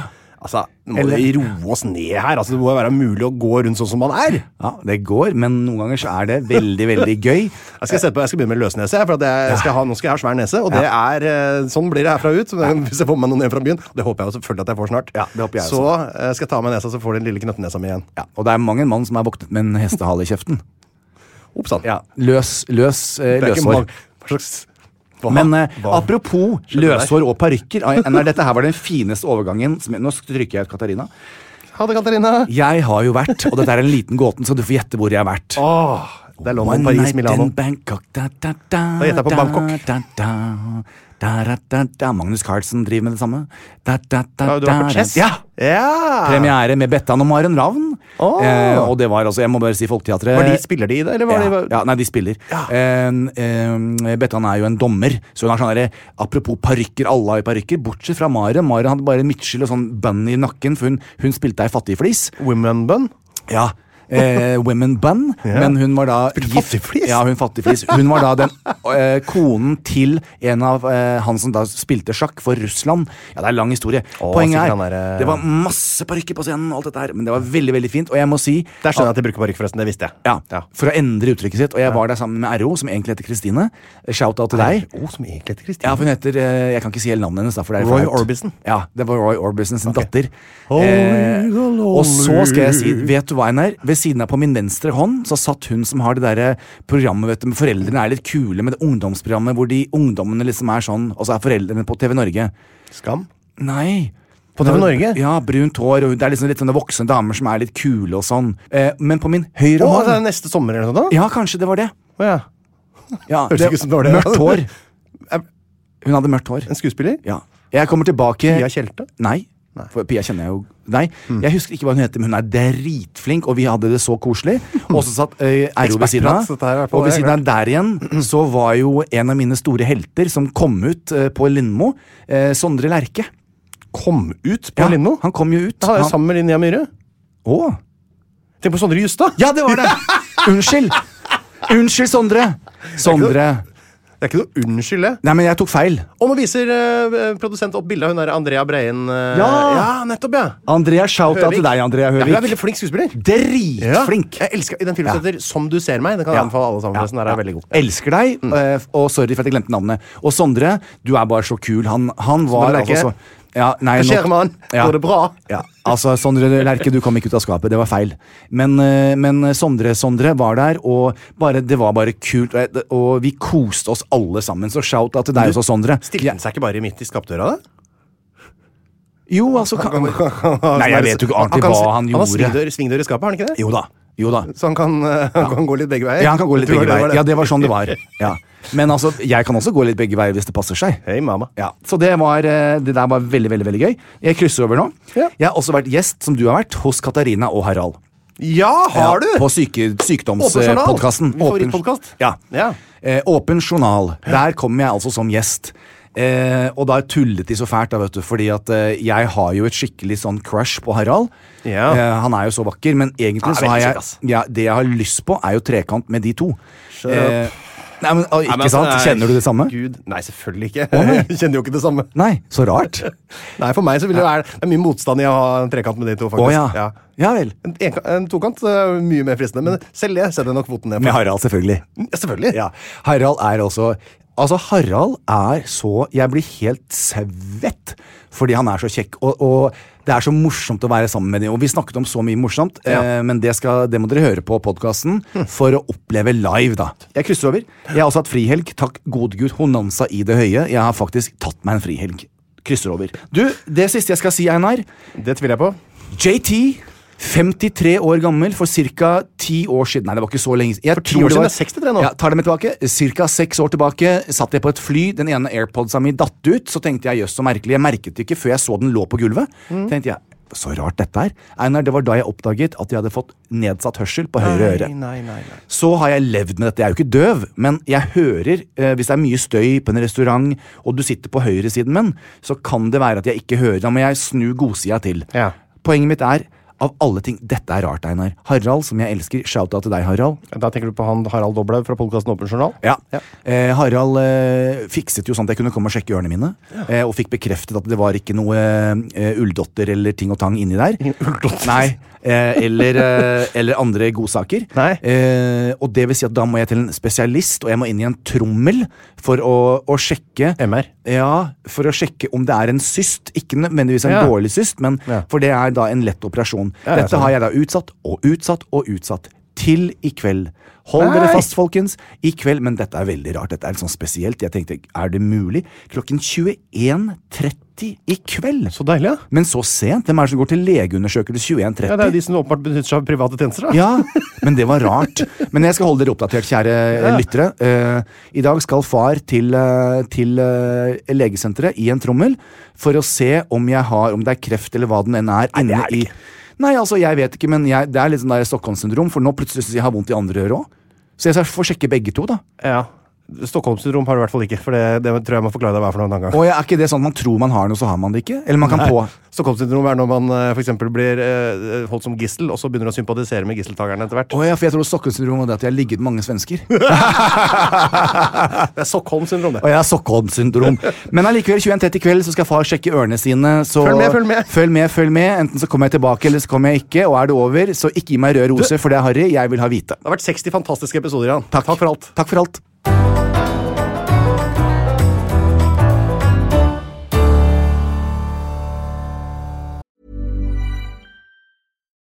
Altså, Nå må
Eller-
vi roe oss ned her. Altså, Det må jo være mulig å gå rundt sånn som man er.
Ja, det går, men noen ganger så er det veldig, veldig gøy.
Jeg skal, sette på, jeg skal begynne med løsnese. jeg, For at jeg skal ha, nå skal jeg ha svær nese. Og det er, eh, Sånn blir det herfra ut. så Hvis jeg får med meg noen ned fra byen. og Det håper jeg jo selvfølgelig at jeg får snart.
Ja, det håper jeg
så eh, skal jeg ta av meg nesa, så får du den lille knøttenesa mi igjen.
Ja, og det er mange en mann som er våknet med en hestehale i kjeften.
Oppsann.
Ja, løs, løs, eh,
Det er ikke
løshår.
mange- Hva slags hva?
Men eh,
Hva?
apropos løshår og parykker. ai, Nei, dette her var den fineste overgangen. Som, nå stryker jeg ut Katarina.
Ha det, Katarina.
Jeg har jo vært, og dette er en liten gåten, så du får gjette hvor jeg har vært.
Åh, det er London,
One
Ah, Paris,
night
Milano.
in Bangkok, da, da, da,
Da gjetter jeg på
da,
Bangkok.
Da, da, da, da, da, da. Magnus Carlsen driver med det samme. Da, da, da,
Ja, du var
da,
på Chess?
Ja!
Ja!
Premiere med Bettan og Maren Ravn.
Åh.
Eh, og det var altså, jeg må bare si Folketeatret.
Var de, spiller de i det, eller var
ja,
de
ja, nei, de spiller. Eh, eh, Bettan er jo en dommer, så hun har sånn derre Apropos parykker, alle har jo parykker, bortsett fra Maren. Maren hadde bare midtskill og sånn bun i nakken, for hun, hun spilte ei fattig flis.
Women Bun?
Ja. Eh, women Bun, men hun var da gift-
fattigflis?
Ja, hun fattigflis. Hun var da den eh, konen til en av eh, han som da spilte sjakk for Russland. Ja, det er en lang historie.
Å,
Poenget
sikkert
er,
han er, eh,
det var masse parykker på scenen, og alt dette her, men det var veldig, veldig fint, og jeg må si
Der skjønner jeg at de bruker parykk, forresten. Det visste jeg.
ja, For å endre uttrykket sitt. Og jeg var der sammen med RO, som egentlig heter Kristine. Shout-out til deg.
Å, som egentlig heter
Ja,
Kristine.
for hun heter eh, Jeg kan ikke si hele navnet hennes. da, for det er
Roy
flaut.
Orbison.
Ja, det var Roy Orbison sin datter.
Holy
Eh,
the
og så skal jeg si
lonely.
Vet du hva, Einar? Ved siden av på min venstre hånd så satt hun som har det derre programmet vet du, med foreldrene er litt kule, med det ungdomsprogrammet hvor de ungdommene liksom er sånn, og så er foreldrene på TV Norge.
Skam.
Nei.
På TV Norge?
Ja, brunt hår, og det er liksom litt sånne voksne damer som er litt kule og sånn. Eh, men på min høyre
Å,
hånd
det er neste sommer eller noe sånt? da?
Ja, kanskje det var det.
Å, ja.
Ja,
Høres ikke ut som det var det.
Mørkt hår. Hun hadde mørkt hår.
En skuespiller?
Ja. Jeg kommer tilbake
Pia Mm. Tjelte?
Nei. For Pia kjenner jeg jo Nei, Jeg husker ikke hva hun heter, men hun er dritflink, og vi hadde det så koselig. Og så satt eh, Eiro ved siden
Ekspertprat, dette her i
av.
hvert fall,
Og ved
jeg
siden av der
Mm.
igjen så var jo en av mine store helter som kom ut eh, på Lindmo, eh, Sondre Lerche.
Kom ut på
Ja,
Lindmo?
Han kom jo ut.
Han er jo
Han-
sammen med Linnea Myhre.
Å.
Tenk på Sondre Justad!
Ja, det var det! Unnskyld! Unnskyld, Sondre. Sondre.
Det er ikke noe unnskyld, det.
Nei, men jeg tok feil.
Og nå viser eh, produsent opp bildet av hun der Andrea Breien. eh,
Ja.
nettopp, ja.
Andrea, shout-out til
Høvik.
deg, Andrea
Ja, hun er
Høvik.
veldig flink skuespiller.
Dritflink.
Jeg elsker I den filmen
Ja.
som heter Som du ser meg. Den kan jeg anbefale alle sammen. forresten, Den er veldig god. Mm.
Elsker deg, eh, og sorry for at jeg glemte navnet. Og Sondre, du er bare så kul. Han, han var
Sondre Lerche.
altså så ja, nei,
Hva skjer,
nå-
mann?
Ja.
Går det bra?
Ja, altså Sondre Lerche, du kom ikke ut av skapet. Det var feil. Men, eh, men Sondre Sondre var der, og bare, det var bare kult. Og, jeg- og vi koste oss alle sammen. Så shout-out til deg også, Sondre.
Stilte den seg ikke bare midt i skapdøra, da?
Jo, altså kan, Nei, jeg vet jo ikke ordentlig hva han
Han har
gjorde.
svingdør, svingdør i skapet, har han ikke det?
Jo da. Jo da.
Så han kan, eh, han kan gå litt begge veier?
Ja, han kan gå litt
Jeg tror
begge
det var
veier.
det.
Ja, det var sånn det var. Ja. Men altså, jeg kan også gå litt begge veier hvis det passer seg.
Hei, mamma.
Ja, Så det, var, eh, det der var veldig veldig, veldig gøy. Jeg krysser over nå.
Ja.
Jeg har også vært gjest, som du har vært, hos Katarina og Harald.
Ja, har du?
Ja, på syke,
Åpen journal.
sykdomspodkasten.
Min favorittpodkast.
Ja.
Ja.
Eh, åpen journal. Der kom jeg altså som gjest. Eh, og da tullet de så fælt, da, vet du, fordi at eh, jeg har jo et skikkelig sånn crush på Harald.
Ja.
Eh, han er jo så vakker, men egentlig
er
så har
veldig kjekk,
jeg
ass.
ja, Det jeg har lyst på, er jo trekant med de to. Eh, nei, men, å, ikke
Nei, men altså,
sant?
det er-
Kjenner du det samme?
Gud, Nei, selvfølgelig ikke.
nei.
Jeg kjenner jo ikke det samme.
Nei, så rart.
Nei, For meg så vil det være Det er mye motstand i å ha en trekant med de to, faktisk.
Å ja.
Ja.
Ja vel.
En, en, en tokant er mye mer fristende, men selv det setter jeg nok foten ned
Med
for.
Harald, selvfølgelig.
Ja, selvfølgelig.
Ja. Harald er også Altså, Harald er så Jeg blir helt svett fordi han er så kjekk. Og, og det er så morsomt å være sammen med dem. Og vi snakket om så mye morsomt,
Ja. Hm.
eh, men det, skal, det må dere høre på podkasten for å oppleve live, da. Jeg krysser over. Jeg har også hatt frihelg. Takk gode gud, honansa i det høye. Jeg har faktisk tatt meg en frihelg. Krysser over. Du, det siste jeg skal si, Einar.
Det tviler jeg på.
JT 53 år gammel for ca. 10 år siden. Nei, det var ikke så lenge jeg
For 10
tror
år
det
siden
var-
er 63 nå.
Ja, tar det med tilbake. Ca. 6 år tilbake satt jeg på et fly. Den ene airpodsa mi datt ut. Så tenkte jeg jøss, så merkelig. Jeg merket det ikke før jeg så den lå på gulvet.
Mm.
Tenkte jeg, Så rart dette er. Einar, det var da jeg oppdaget at jeg hadde fått nedsatt hørsel på høyre øre
Nei, nei, nei.
så har jeg levd med dette. Jeg er jo ikke døv, men jeg hører eh, Hvis det er mye støy på en restaurant, og du sitter på høyresiden min, så kan det være at jeg ikke hører. Da må jeg snu godsida til.
Ja.
Poenget mitt er av alle ting, Dette er rart, Einar. Harald, som jeg elsker. Shout-out til deg, Harald.
Da tenker du på han Harald Doblaug fra podkasten Åpen journal?
Ja. Eh, Harald eh, fikset jo sånn at jeg kunne komme og sjekke ørene mine. Eh, og fikk bekreftet at det var ikke noe eh, ulldotter eller ting og tang inni der.
ulldotter.
Nei. Eh, eller, eh, eller andre godsaker.
Nei.
Eh, og det vil si at da må jeg til en spesialist, og jeg må inn i en trommel for å, å sjekke
MR.
ja, for å sjekke om det er en syst. Ikke nødvendigvis en
Ja.
dårlig syst, men
Ja.
for det er da en lett
Ja,
operasjon.
sånn. jeg
Dette
ser
har jeg da utsatt og utsatt og utsatt. Til i kveld. Hold
Nei!
dere fast, folkens. I kveld, Men dette er veldig rart. Dette er litt sånn spesielt. Jeg tenkte, er det mulig? Klokken 21.30 i kveld.
Så deilig, da.
Men så sent? Hvem er det som går til legeundersøkelse 21.30?
Ja, det er jo de som åpenbart benytter seg av private tjenester. da.
Ja, men det var rart. Men jeg skal holde dere oppdatert, kjære eh, lyttere. Eh, I dag skal far til, eh, til eh, legesenteret i en trommel for å se om jeg har, om det er kreft eller hva den enn er. Inne
det er det ikke.
i Nei, altså, jeg vet ikke, men jeg, det er litt sånn der Stockholm-syndrom, for nå plutselig synes jeg har vondt i andre øret òg. Så jeg skal få sjekke begge to, da.
Ja. Stockholmssyndrom har du i hvert fall ikke, for det, det tror jeg må forklare deg hva er for noe en annen gang.
Og er ikke det sånn at man tror man har noe, så har man det ikke? Eller man kan på
Stockholmssyndrom er når man f.eks. blir eh, holdt som gissel, og så begynner å sympatisere med gisseltakerne etter hvert.
Å ja, for jeg tror Stockholm-syndrom var det at jeg har ligget med mange svensker.
Det er Stockholmssyndrom,
Og
det.
jeg har Stockholm-syndrom. Men allikevel, 21.30 i kveld så skal far sjekke ørene sine. Så
Følg med, følg med.
Følg med, følg med. Enten så kommer jeg tilbake, eller så kommer jeg ikke. Og er det over, så ikke gi meg rød rose, for det er harry. Jeg vil ha hvite.
Det har vært 60 fantastiske episoder, Jan. Takk, for alt.
Takk for alt.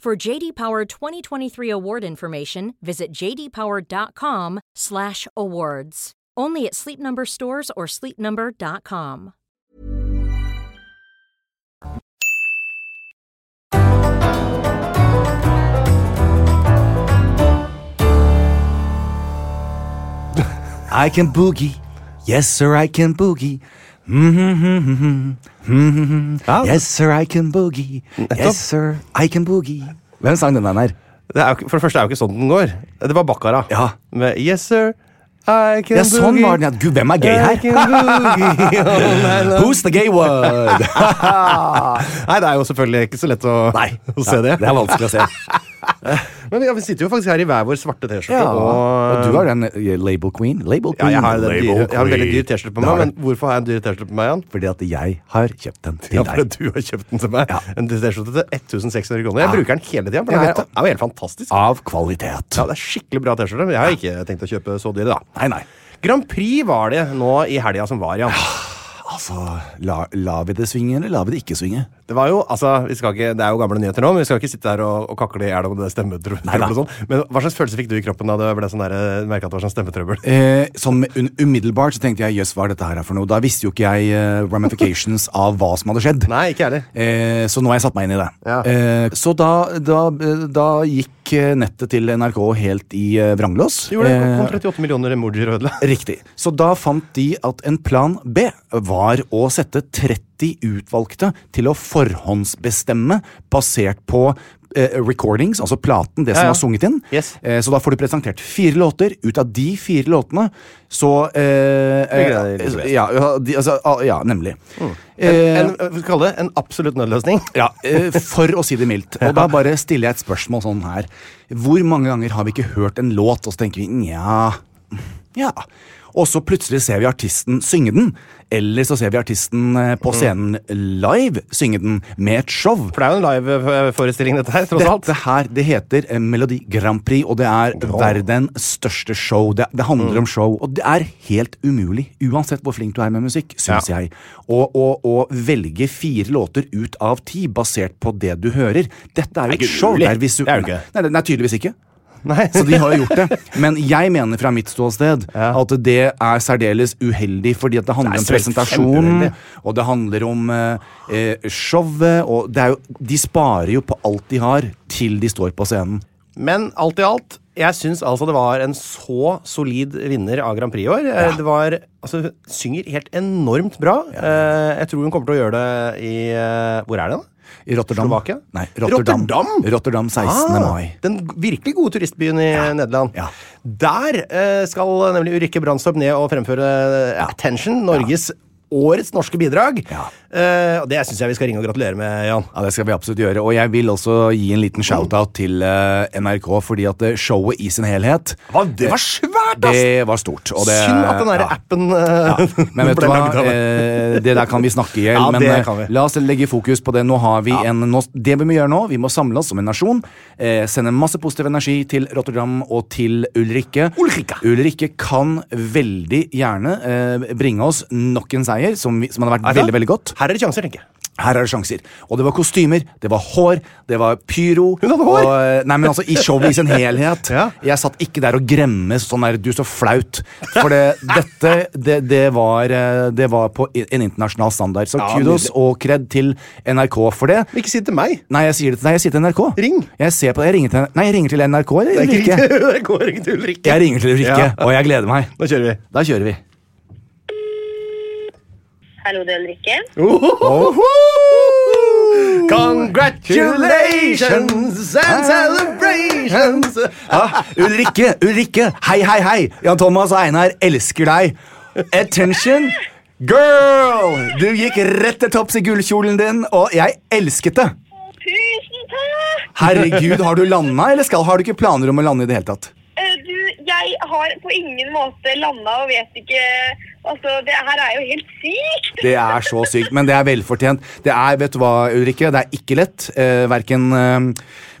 For JD Power 2023 award information, visit jdpower.com/awards. Only at Sleep Number stores or sleepnumber.com.
I can boogie. Yes, sir, I can boogie. Mhm, mhm.
Ja.
Yes, sir, I can boogie. Yes, sir, I can boogie. Hvem sang den der?
Det er jo, ikke- for det første er jo ikke sånn den går. Det var Bakkara.
Ja.
Med Yes, sir. I can
Ja, sånn
boogie.
var den. ja. Gud, hvem er gay
I
her?
can boogie Oh, all night long.
Who's the gay
Nei,
word?
det er jo selvfølgelig ikke så lett å, å se det.
Det er vanskelig å se.
Men ja, vi sitter jo faktisk her i hver vår svarte T-skjorte.
Ja.
Og,
Og du har den eh, label queen. Label
ja,
queen.
jeg, har den
Label
dyre, jeg har en veldig dyr
queen.
T-skjorte på
Det
meg,
har
men
du.
hvorfor har jeg en dyr T-skjorte på meg igjen?
Fordi at jeg har kjøpt den til
Ja,
deg.
fordi du har kjøpt den til meg.
Ja.
En T-skjorte til 1600 kroner. Jeg bruker den hele tida.
Jeg
Den
vet
er,
det.
er jo helt fantastisk.
Av kvalitet.
Ja, det er Skikkelig bra T-skjorte, men jeg har ikke tenkt å kjøpe så dyre, da.
Nei, nei.
Grand Prix var det nå i helga som var, Jan.
Altså, la, lar vi det svinge, eller lar vi det ikke svinge?
Det var jo, altså, vi skal ikke, det er jo gamle nyheter nå, men vi skal ikke sitte her og, og kakle i hjel om det stemmetrøbbel og sånn. Men hva slags følelse fikk du i kroppen da du ble sånn der, merket at det var sånn stemmetrøbbel?
Eh, sånn med, un, umiddelbart så tenkte jeg jøss, hva er dette her for noe? Da visste jo ikke jeg eh, ramifications av hva som hadde skjedd.
Nei, ikke heller.
Eh, så nå har jeg satt meg inn i det.
Ja.
Eh, så da, da, eh, da gikk eh, nettet til NRK helt i eh, vranglås.
Jo, det kom
Eh,
38 millioner emojier ødela.
Riktig. Så da fant de at en plan B var å sette 30 utvalgte til å forhåndsbestemme basert på eh, recordings, altså platen, det som
Ja, ja.
var sunget inn.
Yes.
Eh, så da får du presentert fire låter. Ut av de fire låtene så eh,
Ligger det der i
eh, ja, ja, de, altså, ah, ja, nemlig.
Mm.
Eh,
En, en, vi skal kalle det en absolutt nødløsning.
ja, eh, For å si det mildt. Og da bare stiller jeg et spørsmål sånn her. Hvor mange ganger har vi ikke hørt en låt, og så tenker vi nja ja. Og så plutselig ser vi artisten synge den. Eller så ser vi artisten eh, på scenen live synge den med et show.
For det er jo en live-forestilling, dette her, tross alt.
Dette her, det heter eh, Melodi Grand Prix, og det er verdens største show. Det, det handler
Mm.
om show, og det er helt umulig, uansett hvor flink du er med musikk, syns jeg, å, å, å velge fire låter ut av ti basert på det du hører. Dette er jo et show.
umulig.
Det er, visu-
Det er jo ikke det.
Nei, det- nei, tydeligvis ikke.
Nei.
Så de har jo gjort det. Men jeg mener fra mitt ståsted at det er særdeles uheldig, fordi at det
Det
handler
er
om presentasjon,
kjempeuheldig.
og det handler om eh, eh, showet, og det er jo, de sparer jo på alt de har, til de står på scenen.
Men alt i alt, jeg syns altså det var en så solid vinner av Grand Prix i år. Eh, Det var, altså Hun synger helt enormt bra. Eh, Jeg tror hun kommer til å gjøre det i eh, Hvor er det, da?
I Rotterdam.
Slovakia?
Nei, Rotterdam.
Rotterdam? Ah,
Rotterdam 16. mai.
Den virkelig gode turistbyen i Nederland.
Ja.
Der eh, skal nemlig Ulrikke Brandstorp ned og fremføre eh, Attention, Norges årets norske bidrag.
Ja.
Eh, og det syns jeg vi skal ringe og gratulere med, Jan.
Ja, Det skal vi absolutt gjøre. Og jeg vil også gi en liten shout-out til eh, NRK, fordi at eh, showet i sin helhet eh,
Hva, det var svært, ass!
Det var stort. Og det,
Synd at den der
ja.
appen eh,
Men vet du
ble
hva,
laget av det.
eh, det der kan vi snakke i hjel.
Ja,
men
det
eh,
kan vi.
la oss legge fokus på det. Nå har vi en, nå, det vi må gjøre nå, vi må samle oss som en nasjon. Eh, sende masse positiv energi til Rotterdam og til Ulrikke.
Ulrika.
Ulrikke kan veldig gjerne eh, bringe oss nok en seier, som, vi, som hadde vært
Er det?
veldig, veldig godt.
Her er det sjanser, tenker jeg.
Her er det sjanser. Og det var kostymer, det var hår, det var pyro.
Hun hadde hår!
Og, eh, nei, men altså, I showet i sin helhet.
Ja.
Jeg satt ikke der og gremmes sånn der Du, så flaut. For det, dette, det, det, var, eh, det var på i- en internasjonal standard. Så
Ja,
kudos
nydelig.
og kred til NRK for det.
Ikke si det til meg.
Nei, jeg sier det til, nei, jeg sier til NRK.
Ring.
Jeg ser på det. Jeg ringer til, nei, jeg ringer til NRK.
Det er
Eller
ikke
ikke?
riktig. Det går ikke til Ulrikke.
Jeg ringer til Ulrikke,
Ja.
og jeg gleder meg.
Nå kjører vi.
Da kjører vi.
Hallo, det er Ulrikke.
Congratulations and celebrations.
Ja, Ah, Ulrikke, Ulrikke, hei, hei, hei. Jan Thomas og Einar elsker deg. Attention. Girl! Du gikk rett til topps i gullkjolen din, og jeg elsket det.
Tusen takk!
Herregud, har du landa, eller skal, har du ikke planer om å lande i det hele tatt?
Eh, Du, jeg har på ingen måte landa og vet ikke Altså, det her er jo helt sykt!
Det er så sykt, men det er velfortjent. Det er, vet du hva, Ulrikke, det er ikke lett. Eh, verken eh,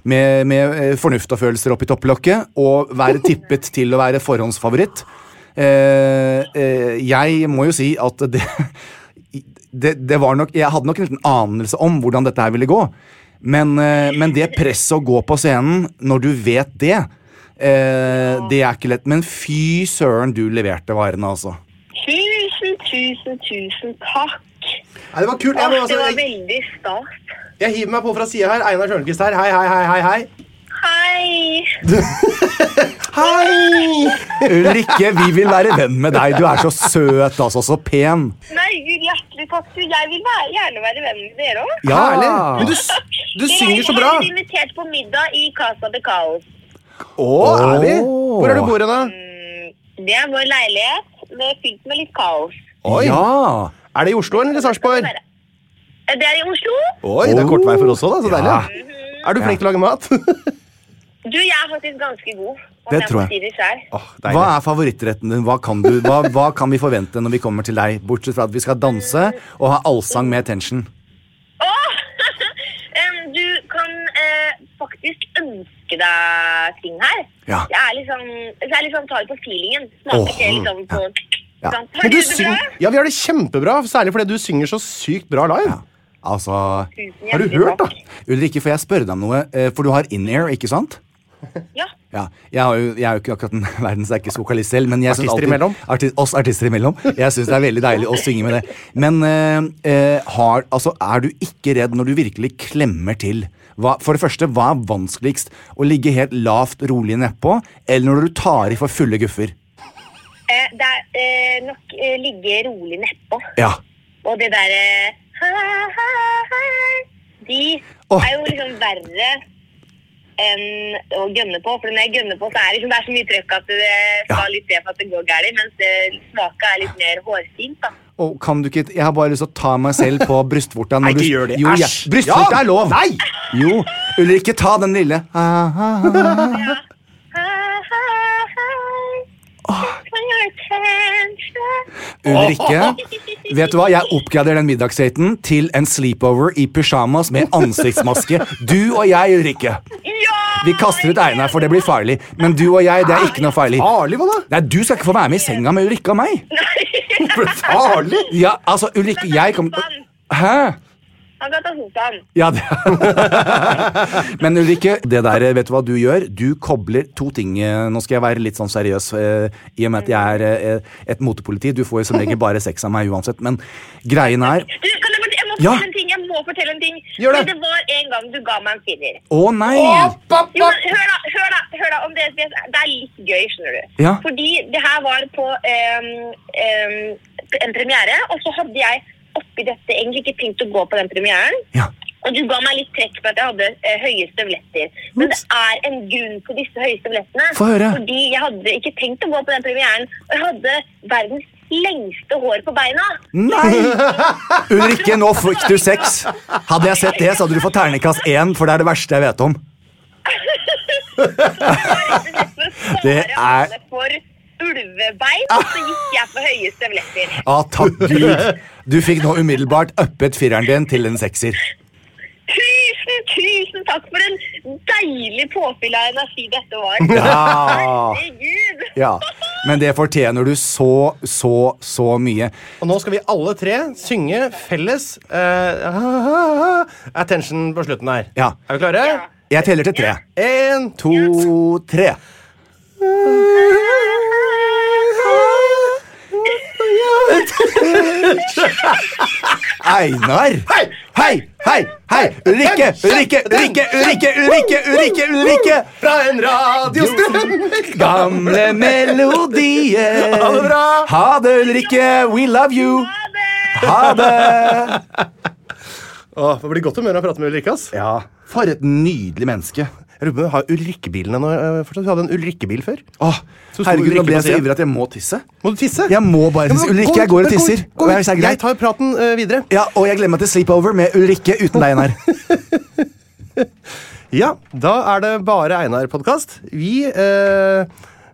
med, med eh, fornuft og følelser oppi topplokket, og være tippet til å være forhåndsfavoritt. Eh, eh, jeg må jo si at det, det, det var nok Jeg hadde nok en liten anelse om hvordan dette her ville gå, men, eh, men det presset å gå på scenen når du vet det, eh, det er ikke lett. Men fy søren, du leverte varene, altså.
Tusen, tusen, tusen takk.
Nei, det var kult. Jeg,
Åh,
må
det
altså,
var
jeg,
veldig stas.
jeg hiver meg på fra sida her. Einar Tørnquist her. Hei, hei, hei, hei. hei.
Hei!
Ulrikke, vi vil være venn med deg. Du er så søt, altså. Så pen.
Nei, gud, hjertelig takk. Du, jeg vil være, gjerne være venn med dere òg.
Ja.
Herlig. Men du, s- du synger så bra.
Jeg er invitert på middag i Casa de Caos.
Å, er vi? Hvor er du bor hen, da?
Det er vår leilighet med, fylt med litt kaos.
Oi.
Ja.
Er det i Oslo eller i Sarpsborg?
Eh, Det er i Oslo.
Oi, det er kort vei for oss òg, da. Så
Ja.
deilig. Er du flink til å lage mat?
Du, jeg er faktisk ganske god. Om
Det
jeg
tror
må
jeg. Ah.
Si det selv.
Åh, deilig.
Hva er favorittretten din? Hva kan, du, hva, hva kan vi forvente når vi kommer til deg? Bortsett fra at vi skal danse og ha allsang med attention.
Åh! Em, du kan eh, faktisk ønske deg ting her.
Ja.
Jeg er liksom, så jeg liksom tar på feelingen. Smaker
Åh,
til liksom på
ja.
sant?
Men
Har
du
du det bra?
syng... Ja, vi har det kjempebra, særlig fordi du synger så sykt bra live.
Altså
Tusen Har du hjertelig hørt,
da? Ulrikke, får jeg spørre deg om noe? Eh, For du har in-air, ikke sant?
Ja.
Ja, jeg, har jo, jeg er jo ikke akkurat en verdenssterkeste vokalist selv, men jeg synes
Artister
alltid,
imellom?
Arti, oss artister imellom. Jeg syns det er veldig deilig å synge med det. Men eh, eh, har, altså, er du ikke redd når du virkelig klemmer til? Hva, for det første, hva er vanskeligst? Å ligge helt lavt, rolig nedpå, eller når du tar i for fulle guffer?
Eh, det er eh, nok eh, ligge rolig nedpå.
Ja.
Og det derre De er jo liksom verre enn å gønne på. For når jeg gønner på, så er det, liksom, det er så mye trøkk at det skal litt til for at det går galt. Mens det svake er litt mer hårfint. da.
Og kan du ikke, Jeg har bare lyst til å ta meg selv på brystvorta.
Nei,
når du-
ikke gjør det.
Jo,
Æsj!
Ja, brystvorta
Ja!
er lov! Nei! Jo, Ulrikke, ta den lille.
Ja. Just when you're attention.
Ulrikke, vet du hva? Jeg oppgraderer den middagsdaten til en sleepover i pysjamas med ansiktsmaske. Du og jeg, Ulrikke. Vi kaster ut Einar, for det blir farlig. Men du og jeg, det er ikke noe farlig. Farlig, hva da? Nei, Du skal ikke få være med i senga med Ulrikke og meg. Farlig? Ja, altså, Ulrikke, jeg kommer Hæ?
Han kan ta sofaen.
Ja, det. Men Ulrikke, det der, vet du hva du gjør? Du kobler to ting. eh, Nå skal jeg være litt sånn seriøs, eh, i og med at jeg er eh, et motepoliti. Du får jo som regel bare sex av meg uansett, men greien er
Du, kan jeg, fortelle- jeg må
Ja.
fortelle en ting. jeg må fortelle en ting.
Gjør det.
For det var en gang du ga meg en firer.
Å nei!
Jo, men hør da, hør da, hør da om det, det er litt gøy, skjønner du.
Ja.
Fordi det her var på em, em, en premiere, og så hadde jeg oppi dette egentlig ikke tenkt å gå på den premieren. Og du ga meg litt trekk for at jeg hadde eh, høye støvletter. Men det er en grunn på disse høye støvlettene.
Få høre.
Fordi jeg hadde ikke tenkt å gå på den premieren, og jeg hadde verdens lengste hår på beina.
Nei! Ulrikke, nå fikk du sex. Hadde jeg sett det, så hadde du fått terningkast én, for det er det verste jeg vet om. Det er
For ulvebein, og så gikk jeg på høye støvletter.
Ja, Ah, takk Gud. Du fikk nå umiddelbart uppet fireren din til en sekser.
Tusen, tusen takk for en deilig påfyll av energi dette var.
Ja.
Herregud.
Ja. Men det fortjener du så, så, så mye.
Og nå skal vi alle tre synge felles eh, Attention på slutten her.
Ja.
Er vi klare?
Jeg teller til tre.
En,
to, tre. Einar! Hei, hei, hei! hei Ulrikke, Ulrikke, Ulrikke, Ulrikke, Ulrikke! Ulrikke, Ulrikke
Fra en radiostrøm
Gamle melodier.
Ha det bra!
Ha det, Ulrikke. We love you. Ha det!
Åh, det blir godt humør av å prate med Ulrikke. ass.
Ja, For et nydelig menneske.
Jeg lurer på om du har Ulrikkebilene nå eh, fortsatt. Du hadde en Ulrikkebil før.
Åh,
Så sto
herregud,
Ulrikke
nå ble
på
jeg så
siden.
ivrig at jeg må tisse.
Må du tisse?
Jeg må bare
Ja, men
tisse.
gå
Ulrikke,
ut,
jeg går og
men gå ut,
tisser.
gå ut.
Og jeg- så er det greit.
Jeg tar praten eh, videre.
Ja, Og jeg glemmer meg til sleepover med Ulrikke uten deg, Einar.
Ja, da er det bare Einar-podkast. Vi eh,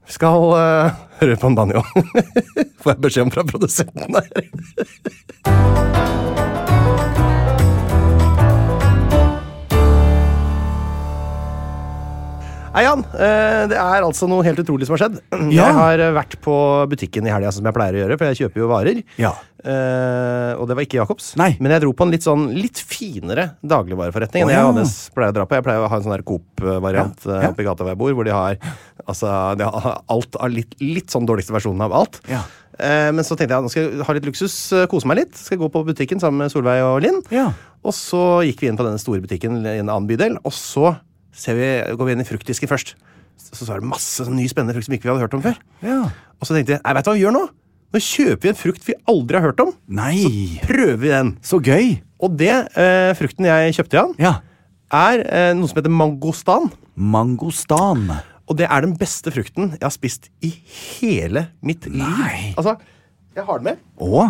skal eh, høre på en banjo. Får jeg beskjed om fra produsenten her. Hei, Jan. Eh, Det er altså noe helt utrolig som har skjedd.
Ja.
Jeg har eh, vært på butikken i helga, som jeg pleier å gjøre, for jeg kjøper jo varer.
Ja.
Eh, og det var ikke Jacobs.
Nei.
Men jeg dro på en litt sånn litt finere dagligvareforretning
Å,
enn jeg
ja.
vanligvis pleier å dra på. Jeg pleier å ha en sånn der Coop-variant
Ja,
eh,
ja.
oppe i gata hvor jeg bor, hvor de har altså, de har alt av litt, litt sånn dårligste versjonen av alt.
Ja.
Eh, men så tenkte jeg nå skal jeg ha litt luksus, eh, kose meg litt. Skal gå på butikken sammen med Solveig og Linn.
Ja.
Og så gikk vi inn på denne store butikken i en annen bydel, og så ser vi, går vi inn i fruktdisken først. Så, så er det masse sånn ny spennende frukt som ikke vi hadde hørt om før.
Ja.
Og så tenkte jeg, nei, vet du hva vi gjør nå? Nå kjøper vi en frukt vi aldri har hørt om.
Nei,
Prøver vi den.
så gøy.
Og det eh, frukten jeg kjøpte, Jan,
Ja.
er eh, noe som heter mangostan.
Mangostan.
Og det er den beste frukten jeg har spist i hele mitt liv.
Nei.
Altså, jeg har den med.
Å,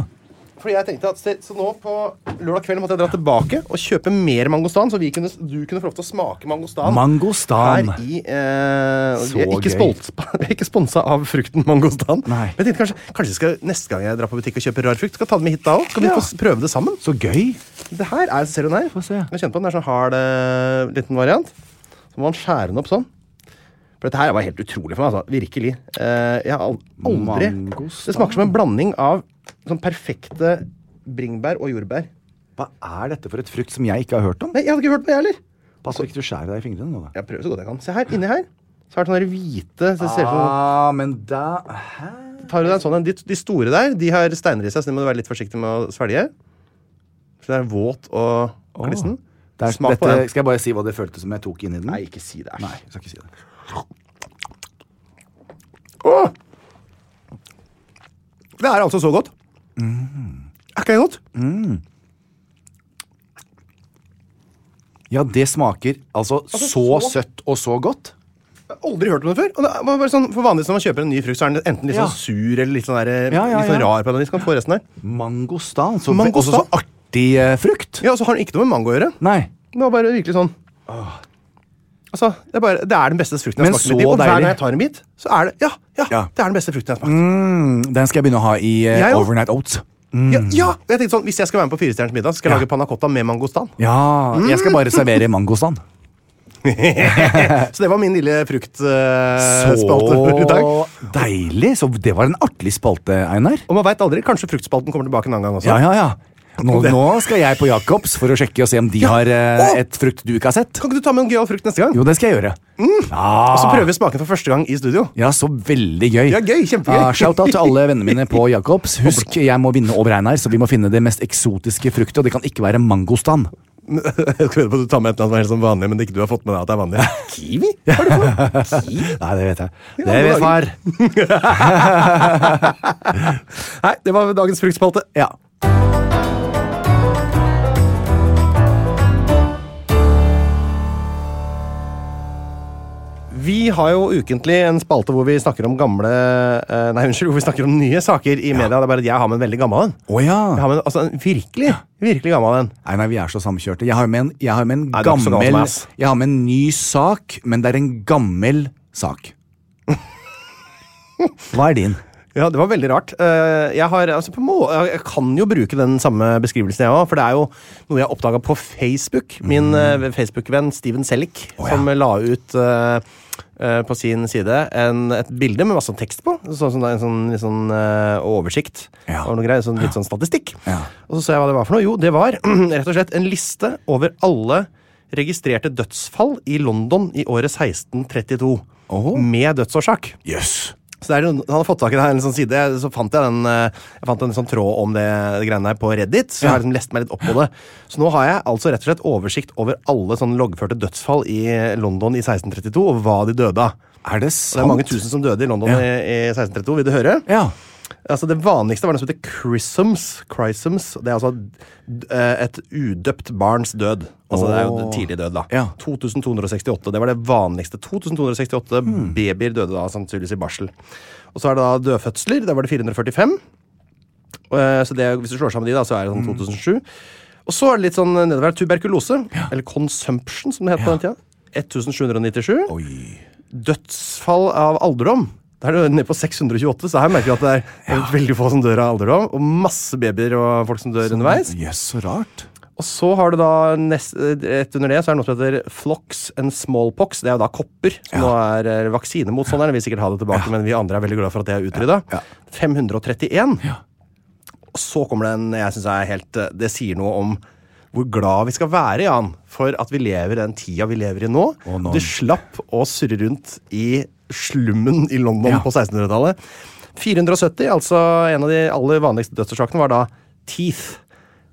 Fordi jeg tenkte at, se, Så nå på lørdag kveld måtte jeg dra tilbake og kjøpe mer mangostan, så vi kunne, du kunne få lov til å smake mangostan.
mangostan.
Her i eh,
Så
vi er ikke,
gøy.
spolt, vi er ikke sponsa av frukten mangostan.
Nei.
Men jeg tenkte kanskje, kanskje jeg skal, neste gang jeg drar på butikk og kjøper rar frukt, skal jeg ta den med hit da òg. Skal vi
Ja.
få s- prøve det sammen?
Så gøy.
Det her er, ser hun her.
Få se.
Kan du kjenne på den? Det er sånn hard eh, liten variant. Så må man skjære den opp sånn. For dette her var helt utrolig for meg. altså, Virkelig. Eh, jeg har al- aldri
Mangostan.
Det smaker som en blanding av sånn perfekte bringebær og jordbær.
Hva er dette for et frukt som jeg ikke har hørt om?
Nei, jeg hadde ikke hørt om det heller.
Pass så ikke du skjærer deg i fingrene nå, da.
Jeg prøver så godt jeg kan. Se her, inni her. Så
sånn
er det sånne der hvite så det ser ut som,
Ah, men da
Tar du deg en sånn en? De, de store der de har steiner i seg, så de må du være litt forsiktig med å svelge. Så det er våt og og glissen.
det er,
Smak på
dette-
den.
Skal jeg bare si hva det føltes som jeg tok inni den?
Nei, ikke si det. æsj.
Nei, jeg skal ikke si det.
Åh! Det er altså så godt. Er ikke det godt?
Ja, det smaker altså, så,
så-
søtt og så godt.
Jeg har aldri hørt om det før. Og det var bare sånn, for vanligvis når man kjøper en ny frukt, så er den enten litt
Ja.
sånn sur eller litt sånn, der,
Ja, ja,
litt sånn
ja.
rar på den. Vi skal få resten her.
Mangostan. Så,
Mangostan?
Også så artig eh, frukt.
Ja, og så har den ikke noe med mango å gjøre.
Nei.
Det var bare virkelig sånn Altså, det er, bare, det er den beste frukten jeg
Men
har smakt. i mitt
så
liv, Og hver
deilig.
gang jeg tar en bit, så er det Ja, ja,
Ja.
det er den beste frukten jeg har smakt.
Mm, den skal jeg begynne å ha i eh,
Jeg òg.
overnight oats.
Ja, ja! Og Jeg tenkte sånn, Hvis jeg skal være med på Firestjerners middag, så skal jeg
Mm. Ja.
lage panna cotta med mangostan.
Ja, jeg skal bare servere mangostan.
Så det var min lille
Eh,
fruktspalte for i dag.
Så deilig! Så det var en artig spalte, Einar.
Og man veit aldri. Kanskje fruktspalten kommer tilbake en annen gang også.
Ja, ja, ja. Nå,
Det-
nå skal jeg på Jacobs for å sjekke og se om de har eh,
Å!
et frukt du ikke har sett.
Kan ikke du ta med en gøyal frukt neste gang?
Jo, det skal jeg gjøre.
Og så
Ja,
prøver vi smaken for første gang i studio.
ja, så veldig gøy.
Ja, gøy, kjempegøy.
Ja, Shout-out til alle vennene mine på Jacobs. Husk, jeg må vinne over Einar, så vi må finne det mest eksotiske fruktet, og det kan ikke være mangostan.
Jeg skulle på at du tar med et eller annet som er helt sånn vanlig, men det ikke du har fått med deg at det er vanlig. Kiwi? Hva er det for noe?
Nei, det vet jeg. Det
alle
vet far.
Nei, det var dagens fruktspalte.
Ja.
Vi har jo ukentlig en spalte hvor vi snakker om gamle eh, Nei, unnskyld, hvor vi snakker om nye saker i media. Det er bare at jeg har med en veldig gammel en.
Å ja.
Jeg har med en, altså, en virkelig, virkelig gammel en.
Nei, nei, vi er så samkjørte. Jeg har med en, jeg har med en
Nei, det er ikke så
gammel
galt med oss.
Jeg har med en ny sak, men det er en gammel sak. Hva er din?
Ja, det var veldig rart. Eh, Jeg, har, altså, på må jeg kan jo bruke den samme beskrivelsen, jeg òg. For det er jo noe jeg oppdaga på Facebook. Min eh, Facebook-venn Steven Sellick,
Mm. Å, ja.
som la ut eh, eh, på sin side en, et bilde med masse tekst på. Sånn som det er en sånn, litt sånn eh, oversikt
Ja.
og noe greier. Sånn, litt sånn statistikk.
Ja.
Og så så jeg hva det var for noe. Jo, det var rett og slett en liste over alle registrerte dødsfall i London i året 1632.
Åhå.
Med dødsårsak.
Jøss.
Så det er, noen- han har fått tak i det her, en sånn side, så fant jeg, den, eh, jeg fant en sånn tråd om det, det greiene her på Reddit. Så jeg har liksom lest meg litt opp på det. Så nå har jeg altså rett og slett oversikt over alle sånne loggførte dødsfall i London i 1632, og hva de døde av.
Er det
Og Det
sant?
er mange tusen som døde i London
Ja.
i, i 1632. Vil du høre?
Ja.
Altså Det vanligste var noe som heter chrisoms. chrisoms. Det er altså d- eh, et udøpt barns død. Altså Det er jo
Åh.
tidlig død, da.
Ja.
2268. Det var det vanligste. 2268
Hmm.
babyer døde da, sannsynligvis i barsel. Og så er det da dødfødsler. Der var det 445. Og, eh, Så det, er- hvis du slår sammen de, da, så er det sånn
Hmm.
2007. Og så er det litt sånn nedover her, tuberkulose. Eller consumption, som det het på den tida. 1797
Oi.
dødsfall av alderdom. Da er det nede på 628, så her merker vi at det er veldig få som dør av alderdom. Og masse babyer og folk som dør underveis.
Jøss, så rart.
Og så har du da nest, rett under det så er det noe som heter flox and smallpox. Det er jo da kopper, som nå er eh, vaksinemotstanderne. vil sikkert ha det tilbake, men vi andre er veldig glad for at det er utrydda.
Ja.
531. Og så kommer det en jeg synes er helt eh, Det sier noe om hvor glad vi skal være Jan, for at vi lever i den tida vi lever i nå.
Og nå-
Det slapp å surre rundt i slummen i London
Ja.
på 1600-tallet. 470, altså en av de aller vanligste dødsårsakene, var da teeth.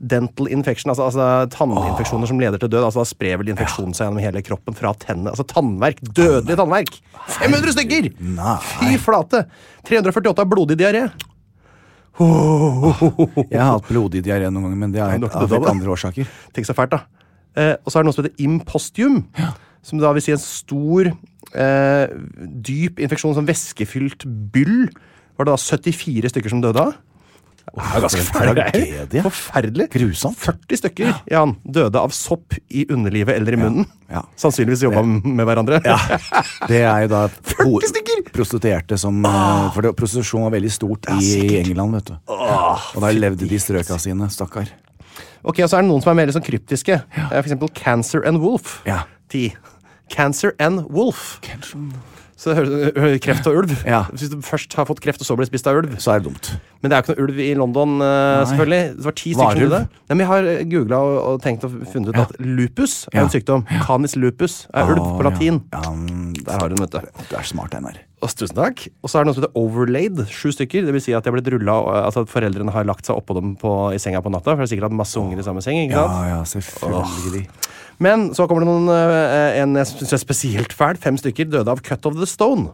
Dental infection, altså, altså tanninfeksjoner som leder til død. altså Da sprer vel infeksjonen seg gjennom hele kroppen fra tennene. Altså tannverk. Dødelig tannverk! 500 stykker!
Nei.
Fy flate! 348 av blodig diaré.
Jeg har hatt blodig diaré noen ganger, men det er
du har ikke dødd
av
av
helt
det.
andre årsaker.
Tenk så fælt, da. Eh, og så er det noe som heter impostium. Som da vil si en stor, eh, dyp infeksjon, sånn væskefylt byll. Var det da 74 stykker som døde av? Det er ganske
for en
fæle greier.
tragedie.
Forferdelig.
Grusomt.
40 stykker Jan, døde av sopp i underlivet eller i munnen.
ja.
Sannsynligvis jobba med hverandre.
Det er jo da
40 stykker!
prostituerte som eh, For det, prostitusjon var veldig stort i England, vet du. Og der levde de i strøka sine, stakkar.
Ok, og så er det noen som er mer liksom kryptiske. Eh, For eksempel Cancer and Wolf.
Ja.
Ti. Cancer and Wolf. Så det høres- hø- kreft og ulv.
Ja.
Hvis du først har fått kreft og så blir spist av ulv,
Så er det dumt.
Men det er jo ikke noe ulv i London, eh,
Nei.
selvfølgelig. Det var ti stykker som
Varulv?
døde. Nei, men jeg har googla og, og tenkt og funnet ut at lupus er
Ja.
en sykdom. Canis lupus er ulv
Å,
på
ja.
latin.
Ja,
Der har du den, vet du.
Du er smart, Einar.
Og, tusen takk. Og så er det noe som heter overlaid. Sju stykker. Det vil si at de har blitt rullet, og, eh, altså at foreldrene har lagt seg oppå dem på, i senga på natta. For det er sikkert hatt masse unger i samme seng. ikke
Ja,
sant?
ja, selvfølgelig.
Men så kommer det noen, eh, en jeg syns er spesielt fæl. Fem stykker døde av cut of the stone.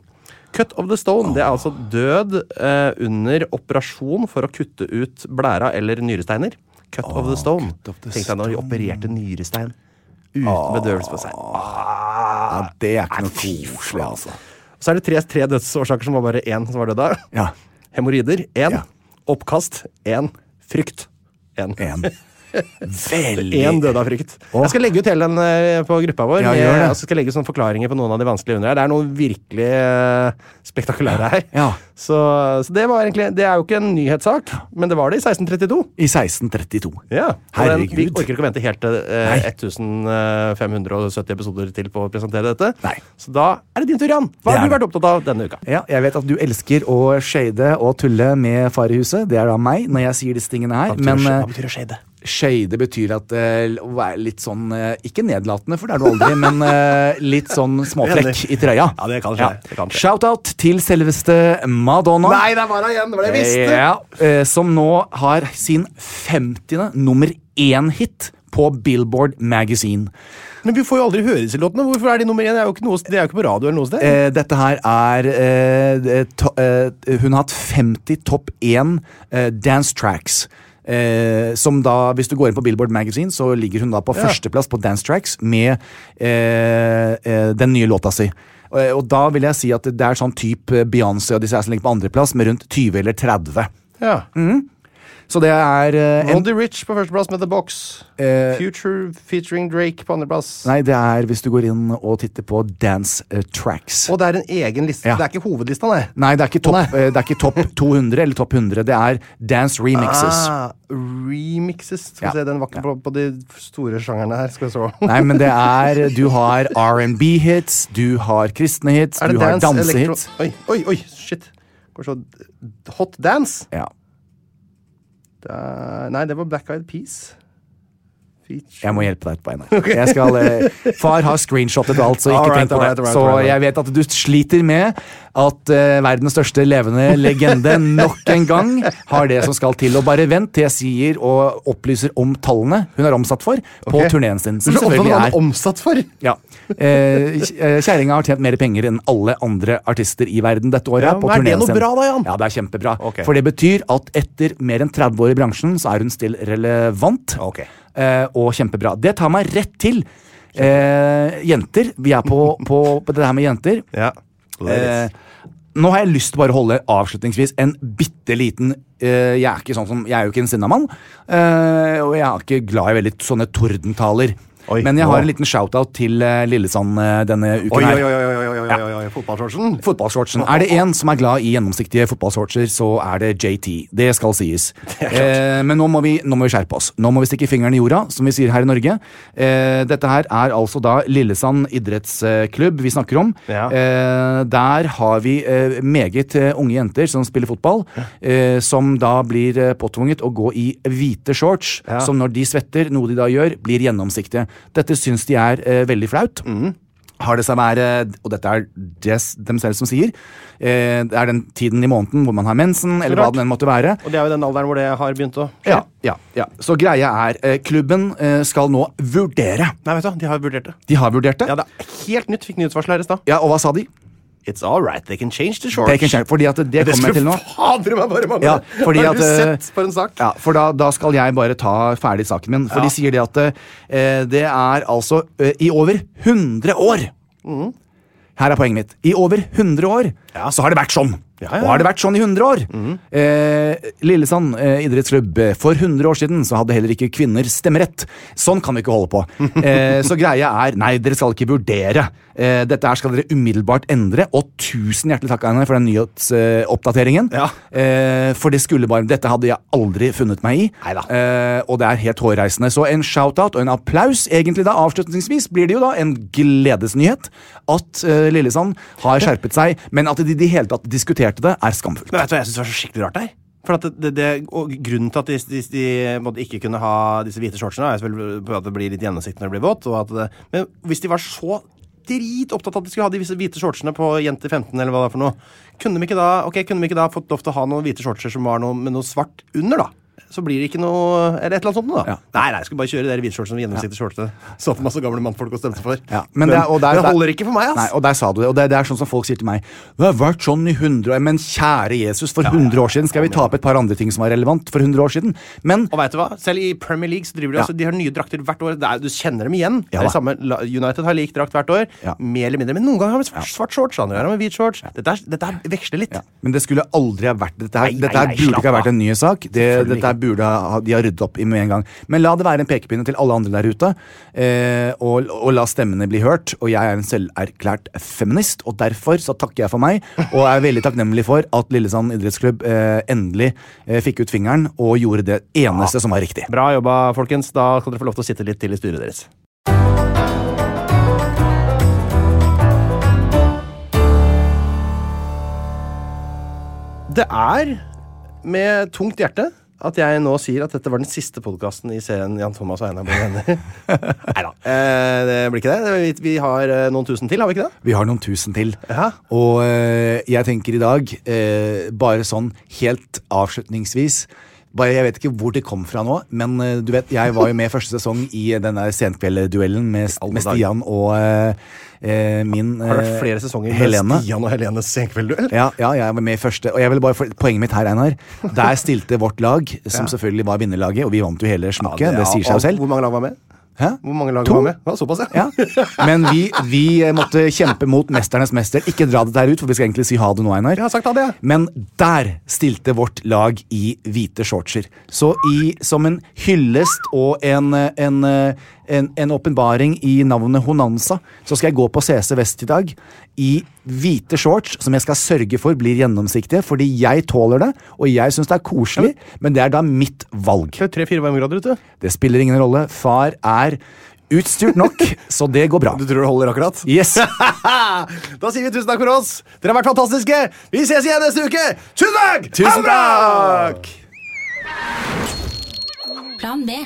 Cut of the stone det er altså død eh, under operasjon for å kutte ut blæra eller nyresteiner. Cut of the stone. Tenk deg når de opererte nyrestein uten bedøvelse på seg.
Ja, det er ikke noe koselig, altså.
Så er det tre, tre dødsårsaker som var bare én som var død av.
Ja.
Hemoroider én. Oppkast én. Frykt én.
Veldig
Én døde av frykt. Jeg skal legge ut hele den eh, på gruppa vår.
Ja,
med-
gjør det.
og så skal jeg legge ut sånne forklaringer på noen av de vanskelige under her. Det er noen virkelig eh, spektakulære her. Så, så det var egentlig Det er jo ikke en nyhetssak, men det var det i 1632.
I 1632.
Ja. og Den, vi
Herregud.
orker ikke å vente helt til eh, 1570 episoder til på å presentere dette. Så da er det din tur, Jan. Hva
Det
har
er
du vært opptatt av denne uka?
Ja, jeg vet at du elsker å shade og tulle med far i huset. Det er da meg når jeg sier disse tingene her. Men
Hva
eh,
betyr å shade?
shade betyr at eh, å være litt sånn eh, Ikke nedlatende, for det er du aldri, men eh, litt sånn småfrekk i trøya. Ja, det kan
skje. Det kan skje.
Shout-out til selveste Madonna.
Nei, det var han igjen! Det var det jeg visste!
Ja, eh, som nå har sin 50. nummer én-hit på Billboard Magazine.
Men vi får jo aldri høre disse låtene. Hvorfor er de nummer én? Det er jo ikke, noe, det er jo ikke på radio eller noe sted.
Eh, dette her er eh, det- to, eh, Hun har hatt 50 topp 1 eh, dance tracks. Eh, som da, Hvis du går inn på Billboard Magazine, så ligger hun da på
Ja.
førsteplass på dance tracks med eh, eh, den nye låta si. Og, og da vil jeg si at det er sånn type Beyoncé og disse her som ligger på andreplass, med rundt 20 eller 30.
Ja.
Så det er eh, en,
Roddy Rich på førsteplass med The Box.
Eh,
Future featuring Drake på andreplass.
Nei, det er hvis du går inn og titter på dance eh, tracks.
Og det er en egen liste. Det er ikke hovedlista, nei.
Nei, det er ikke topp eh, det er ikke topp 200 eller topp 100. Det er dance remixes.
Ah, remixes. Skal vi
Ja.
se, den var ikke på, på de store sjangerne her. Skal vi se.
Nei, men det er Du har R&B-hits, du har kristne hits,
Er det
du har
dance,
dansehits.
elektro- Oi, oi, oi, shit. Går så Hot dance?
Ja.
Det er- nei, det var Black Eyed Peas.
Jeg må hjelpe deg på en Jeg skal, eh, far har screenshotet alt, så ikke
Alright,
tenk på
alright,
det.
alright,
Så
alright.
jeg vet at du sliter med at eh, verdens største levende legende nok en gang har det som skal til. Og bare vent til jeg sier og opplyser om tallene hun er omsatt for på
Ok.
turneen
Men
sin.
så
Som
opptatt av
selvfølgelig
hva
er
den er omsatt for!
Ja. Eh, kj- eh, Kjerringa har tjent mer penger enn alle andre artister i verden dette året.
Ja,
på
men er det
turnéen
noe
sin.
bra da, Jan?
Ja, det er kjempebra.
Ok.
For det betyr at etter mer enn 30 år i bransjen, så er hun still relevant. Eh, og kjempebra. Det tar meg rett til eh, jenter. Vi er på, på, på det her med jenter.
Ja.
Eh, nå har jeg lyst til bare å holde avslutningsvis en bitte liten eh, Jeg er ikke sånn som, jeg er jo ikke en sinnamann, eh, og jeg er ikke glad i veldig sånne tordentaler.
Oi,
Men jeg
nå.
har en liten shout-out til eh, Lillesand eh, denne uken
Oi, oi,
her.
oi, oi, oi, oi, oi, oi, oi. fotballshortsen.
Fotballshortsen. Er det én som er glad i gjennomsiktige fotballshortser, så er det JT. Det skal sies. Eh, men nå må, vi, nå må vi skjerpe oss. Nå må vi stikke fingeren i jorda, som vi sier her i Norge. Eh, dette her er altså da Lillesand idrettsklubb vi snakker om.
Ja.
Eh, der har vi eh, meget eh, unge jenter som spiller fotball, eh, som da blir eh, påtvunget å gå i hvite shorts,
Ja.
som når de svetter, noe de da gjør, blir gjennomsiktige. Dette syns de er eh, veldig flaut
Mm.
har det seg være, og dette er det s- dem selv som sier, eh, det er den tiden i måneden hvor man har mensen, eller hva
rart.
det enn måtte være.
Og det er jo den alderen hvor det har begynt å skje.
Ja, ja, ja. Så greia er, eh, klubben eh, skal nå vurdere.
Nei, vet du, de har vurdert det.
De har vurdert det.
Ja, det er helt nytt. Fikk nyhetsvarsel her i stad.
Ja, og hva sa de?
It's all right, they can change the shorts.
Det er ikke en skjerm, fordi at det
Det
kommer
skulle
jeg til nå.
fader meg bare mangle!
Ja, fordi
har du
at, eh,
sett for en sak?
Ja, for da, da skal jeg bare ta ferdig saken min. For de sier det at eh, det er altså eh, i over 100 år Her er poenget mitt. I over 100 år så har det vært sånn.
ja, Mhm. ja.
Og har det vært sånn i 100 år? Eh, Lillesand eh, idrettsklubb. eh, For 100 år siden så hadde heller ikke kvinner stemmerett. Sånn kan vi ikke holde på. Eh, så greia er Nei, dere skal ikke vurdere. Eh, dette her skal dere umiddelbart endre. Og tusen hjertelig takk Einar, for den nyhetsoppdateringen.
Ja.
Eh, for det skulle bare Dette hadde jeg aldri funnet meg i.
Neida.
Eh, og det er helt hårreisende. Så en shout-out og en applaus, egentlig da avslutningsvis, blir det jo da en gledesnyhet at eh, Lillesand har skjerpet seg, men at de i det hele tatt diskuterte det, er skamfullt.
Men vet du hva jeg syns var så skikkelig rart der? For at det, det, og grunnen til at de, de, de måtte ikke kunne ha disse hvite shortsene, er selvfølgelig på at det blir litt gjennomsiktig når det blir vått. Og at det, men hvis de var så drit opptatt av at de skulle ha de visse hvite shortsene på jenter 15, eller hva det er for noe, kunne de ikke da, ok, kunne de ikke da fått lov til å ha noen hvite shortser som var noe, med noe svart under, da? Så blir det ikke noe Eller et eller annet sånt noe, da. Nei, nei, jeg skulle bare kjøre de der hvite shortsene med gjennomsiktige shortser. Satt masse gamle mannfolk og stemte for.
Ja, men det, er- og der,
det
der-
holder ikke for meg, ass.
Nei, og der sa du det. Og det, det er sånn som folk sier til meg. Det har vært sånn i 100 år. Men kjære Jesus, for 100 år siden skal vi ta opp et par andre ting som var relevant for 100 år siden. Men
Og vet du hva? Selv i Premier League så driver de
Ja.
også, de har nye drakter hvert år. Det er, du kjenner dem igjen.
Ja
det er
da.
samme, La- United har lik drakt hvert år. Mer eller mindre. Men noen ganger har de svart, svart shorts, andre ganger har de hvit shorts. Dette, er, dette er, veksler litt.
Men det skulle aldri ha vært Dette, her,
Nei,
dette her
nei, nei,
burde ikke ha
slapp
vært en ny sak. Det,
Selvfølgelig
dette her burde ha, de ha ryddet opp i med en gang. Men la det være en pekepinne til alle andre der ute. Eh, og, og la stemmene bli hørt. Og jeg er en selverklært feminist, og derfor så takker jeg for meg. Og er veldig takknemlig for at Lillesand idrettsklubb eh, endelig eh, fikk ut fingeren og gjorde det eneste som var riktig.
Bra jobba, folkens. Da skal dere få lov til å sitte litt til i styret deres. Det er med tungt hjerte at jeg nå sier at dette var den siste podkasten i serien Jan Thomas og Einar blir venner. Nei da. Eh, det blir ikke det. Vi, vi har eh, noen tusen til, har vi ikke det?
Vi har noen tusen til.
Ja.
Og eh, jeg tenker i dag, eh, bare sånn helt avslutningsvis bare, Jeg vet ikke hvor det kom fra nå, men eh, du vet, jeg var jo med første sesong i den der senkveldduellen med,
dager.
med Stian og eh, eh, min eh,
Har det vært flere sesonger med
Helene.
Stian og Helenes senkveldduell?
Ja, ja, jeg var med i første. Og jeg vil bare for, poenget mitt her, Einar. Der stilte vårt lag, som
Ja.
selvfølgelig var vinnerlaget, og vi vant jo hele smokket.
Ja,
det, sier seg
og
jo selv.
Hvor mange lag var med?
Hæ?
Hvor mange lag
To.
var med? Ja, såpass, ja.
Men vi, vi eh, måtte kjempe mot mesternes mester. Ikke dra det der ut, for vi skal egentlig si ha det nå, Einar. Men der stilte vårt lag i hvite shortser. Så i, som en hyllest og en eh, en, eh, en, en åpenbaring i navnet Honanza, så skal jeg gå på CC Vest i dag i hvite shorts, som jeg skal sørge for blir gjennomsiktige, fordi jeg tåler det, og jeg syns det er koselig, men det er da mitt valg.
Tre-fire varmegrader ute.
Det spiller ingen rolle. Far er utstyrt nok, så det går bra. Du
tror det holder akkurat?
Yes.
da sier vi tusen takk for oss. Dere har vært fantastiske. Vi ses igjen neste uke. Tusen takk!
Tusen
Ha det bra!
Plan B.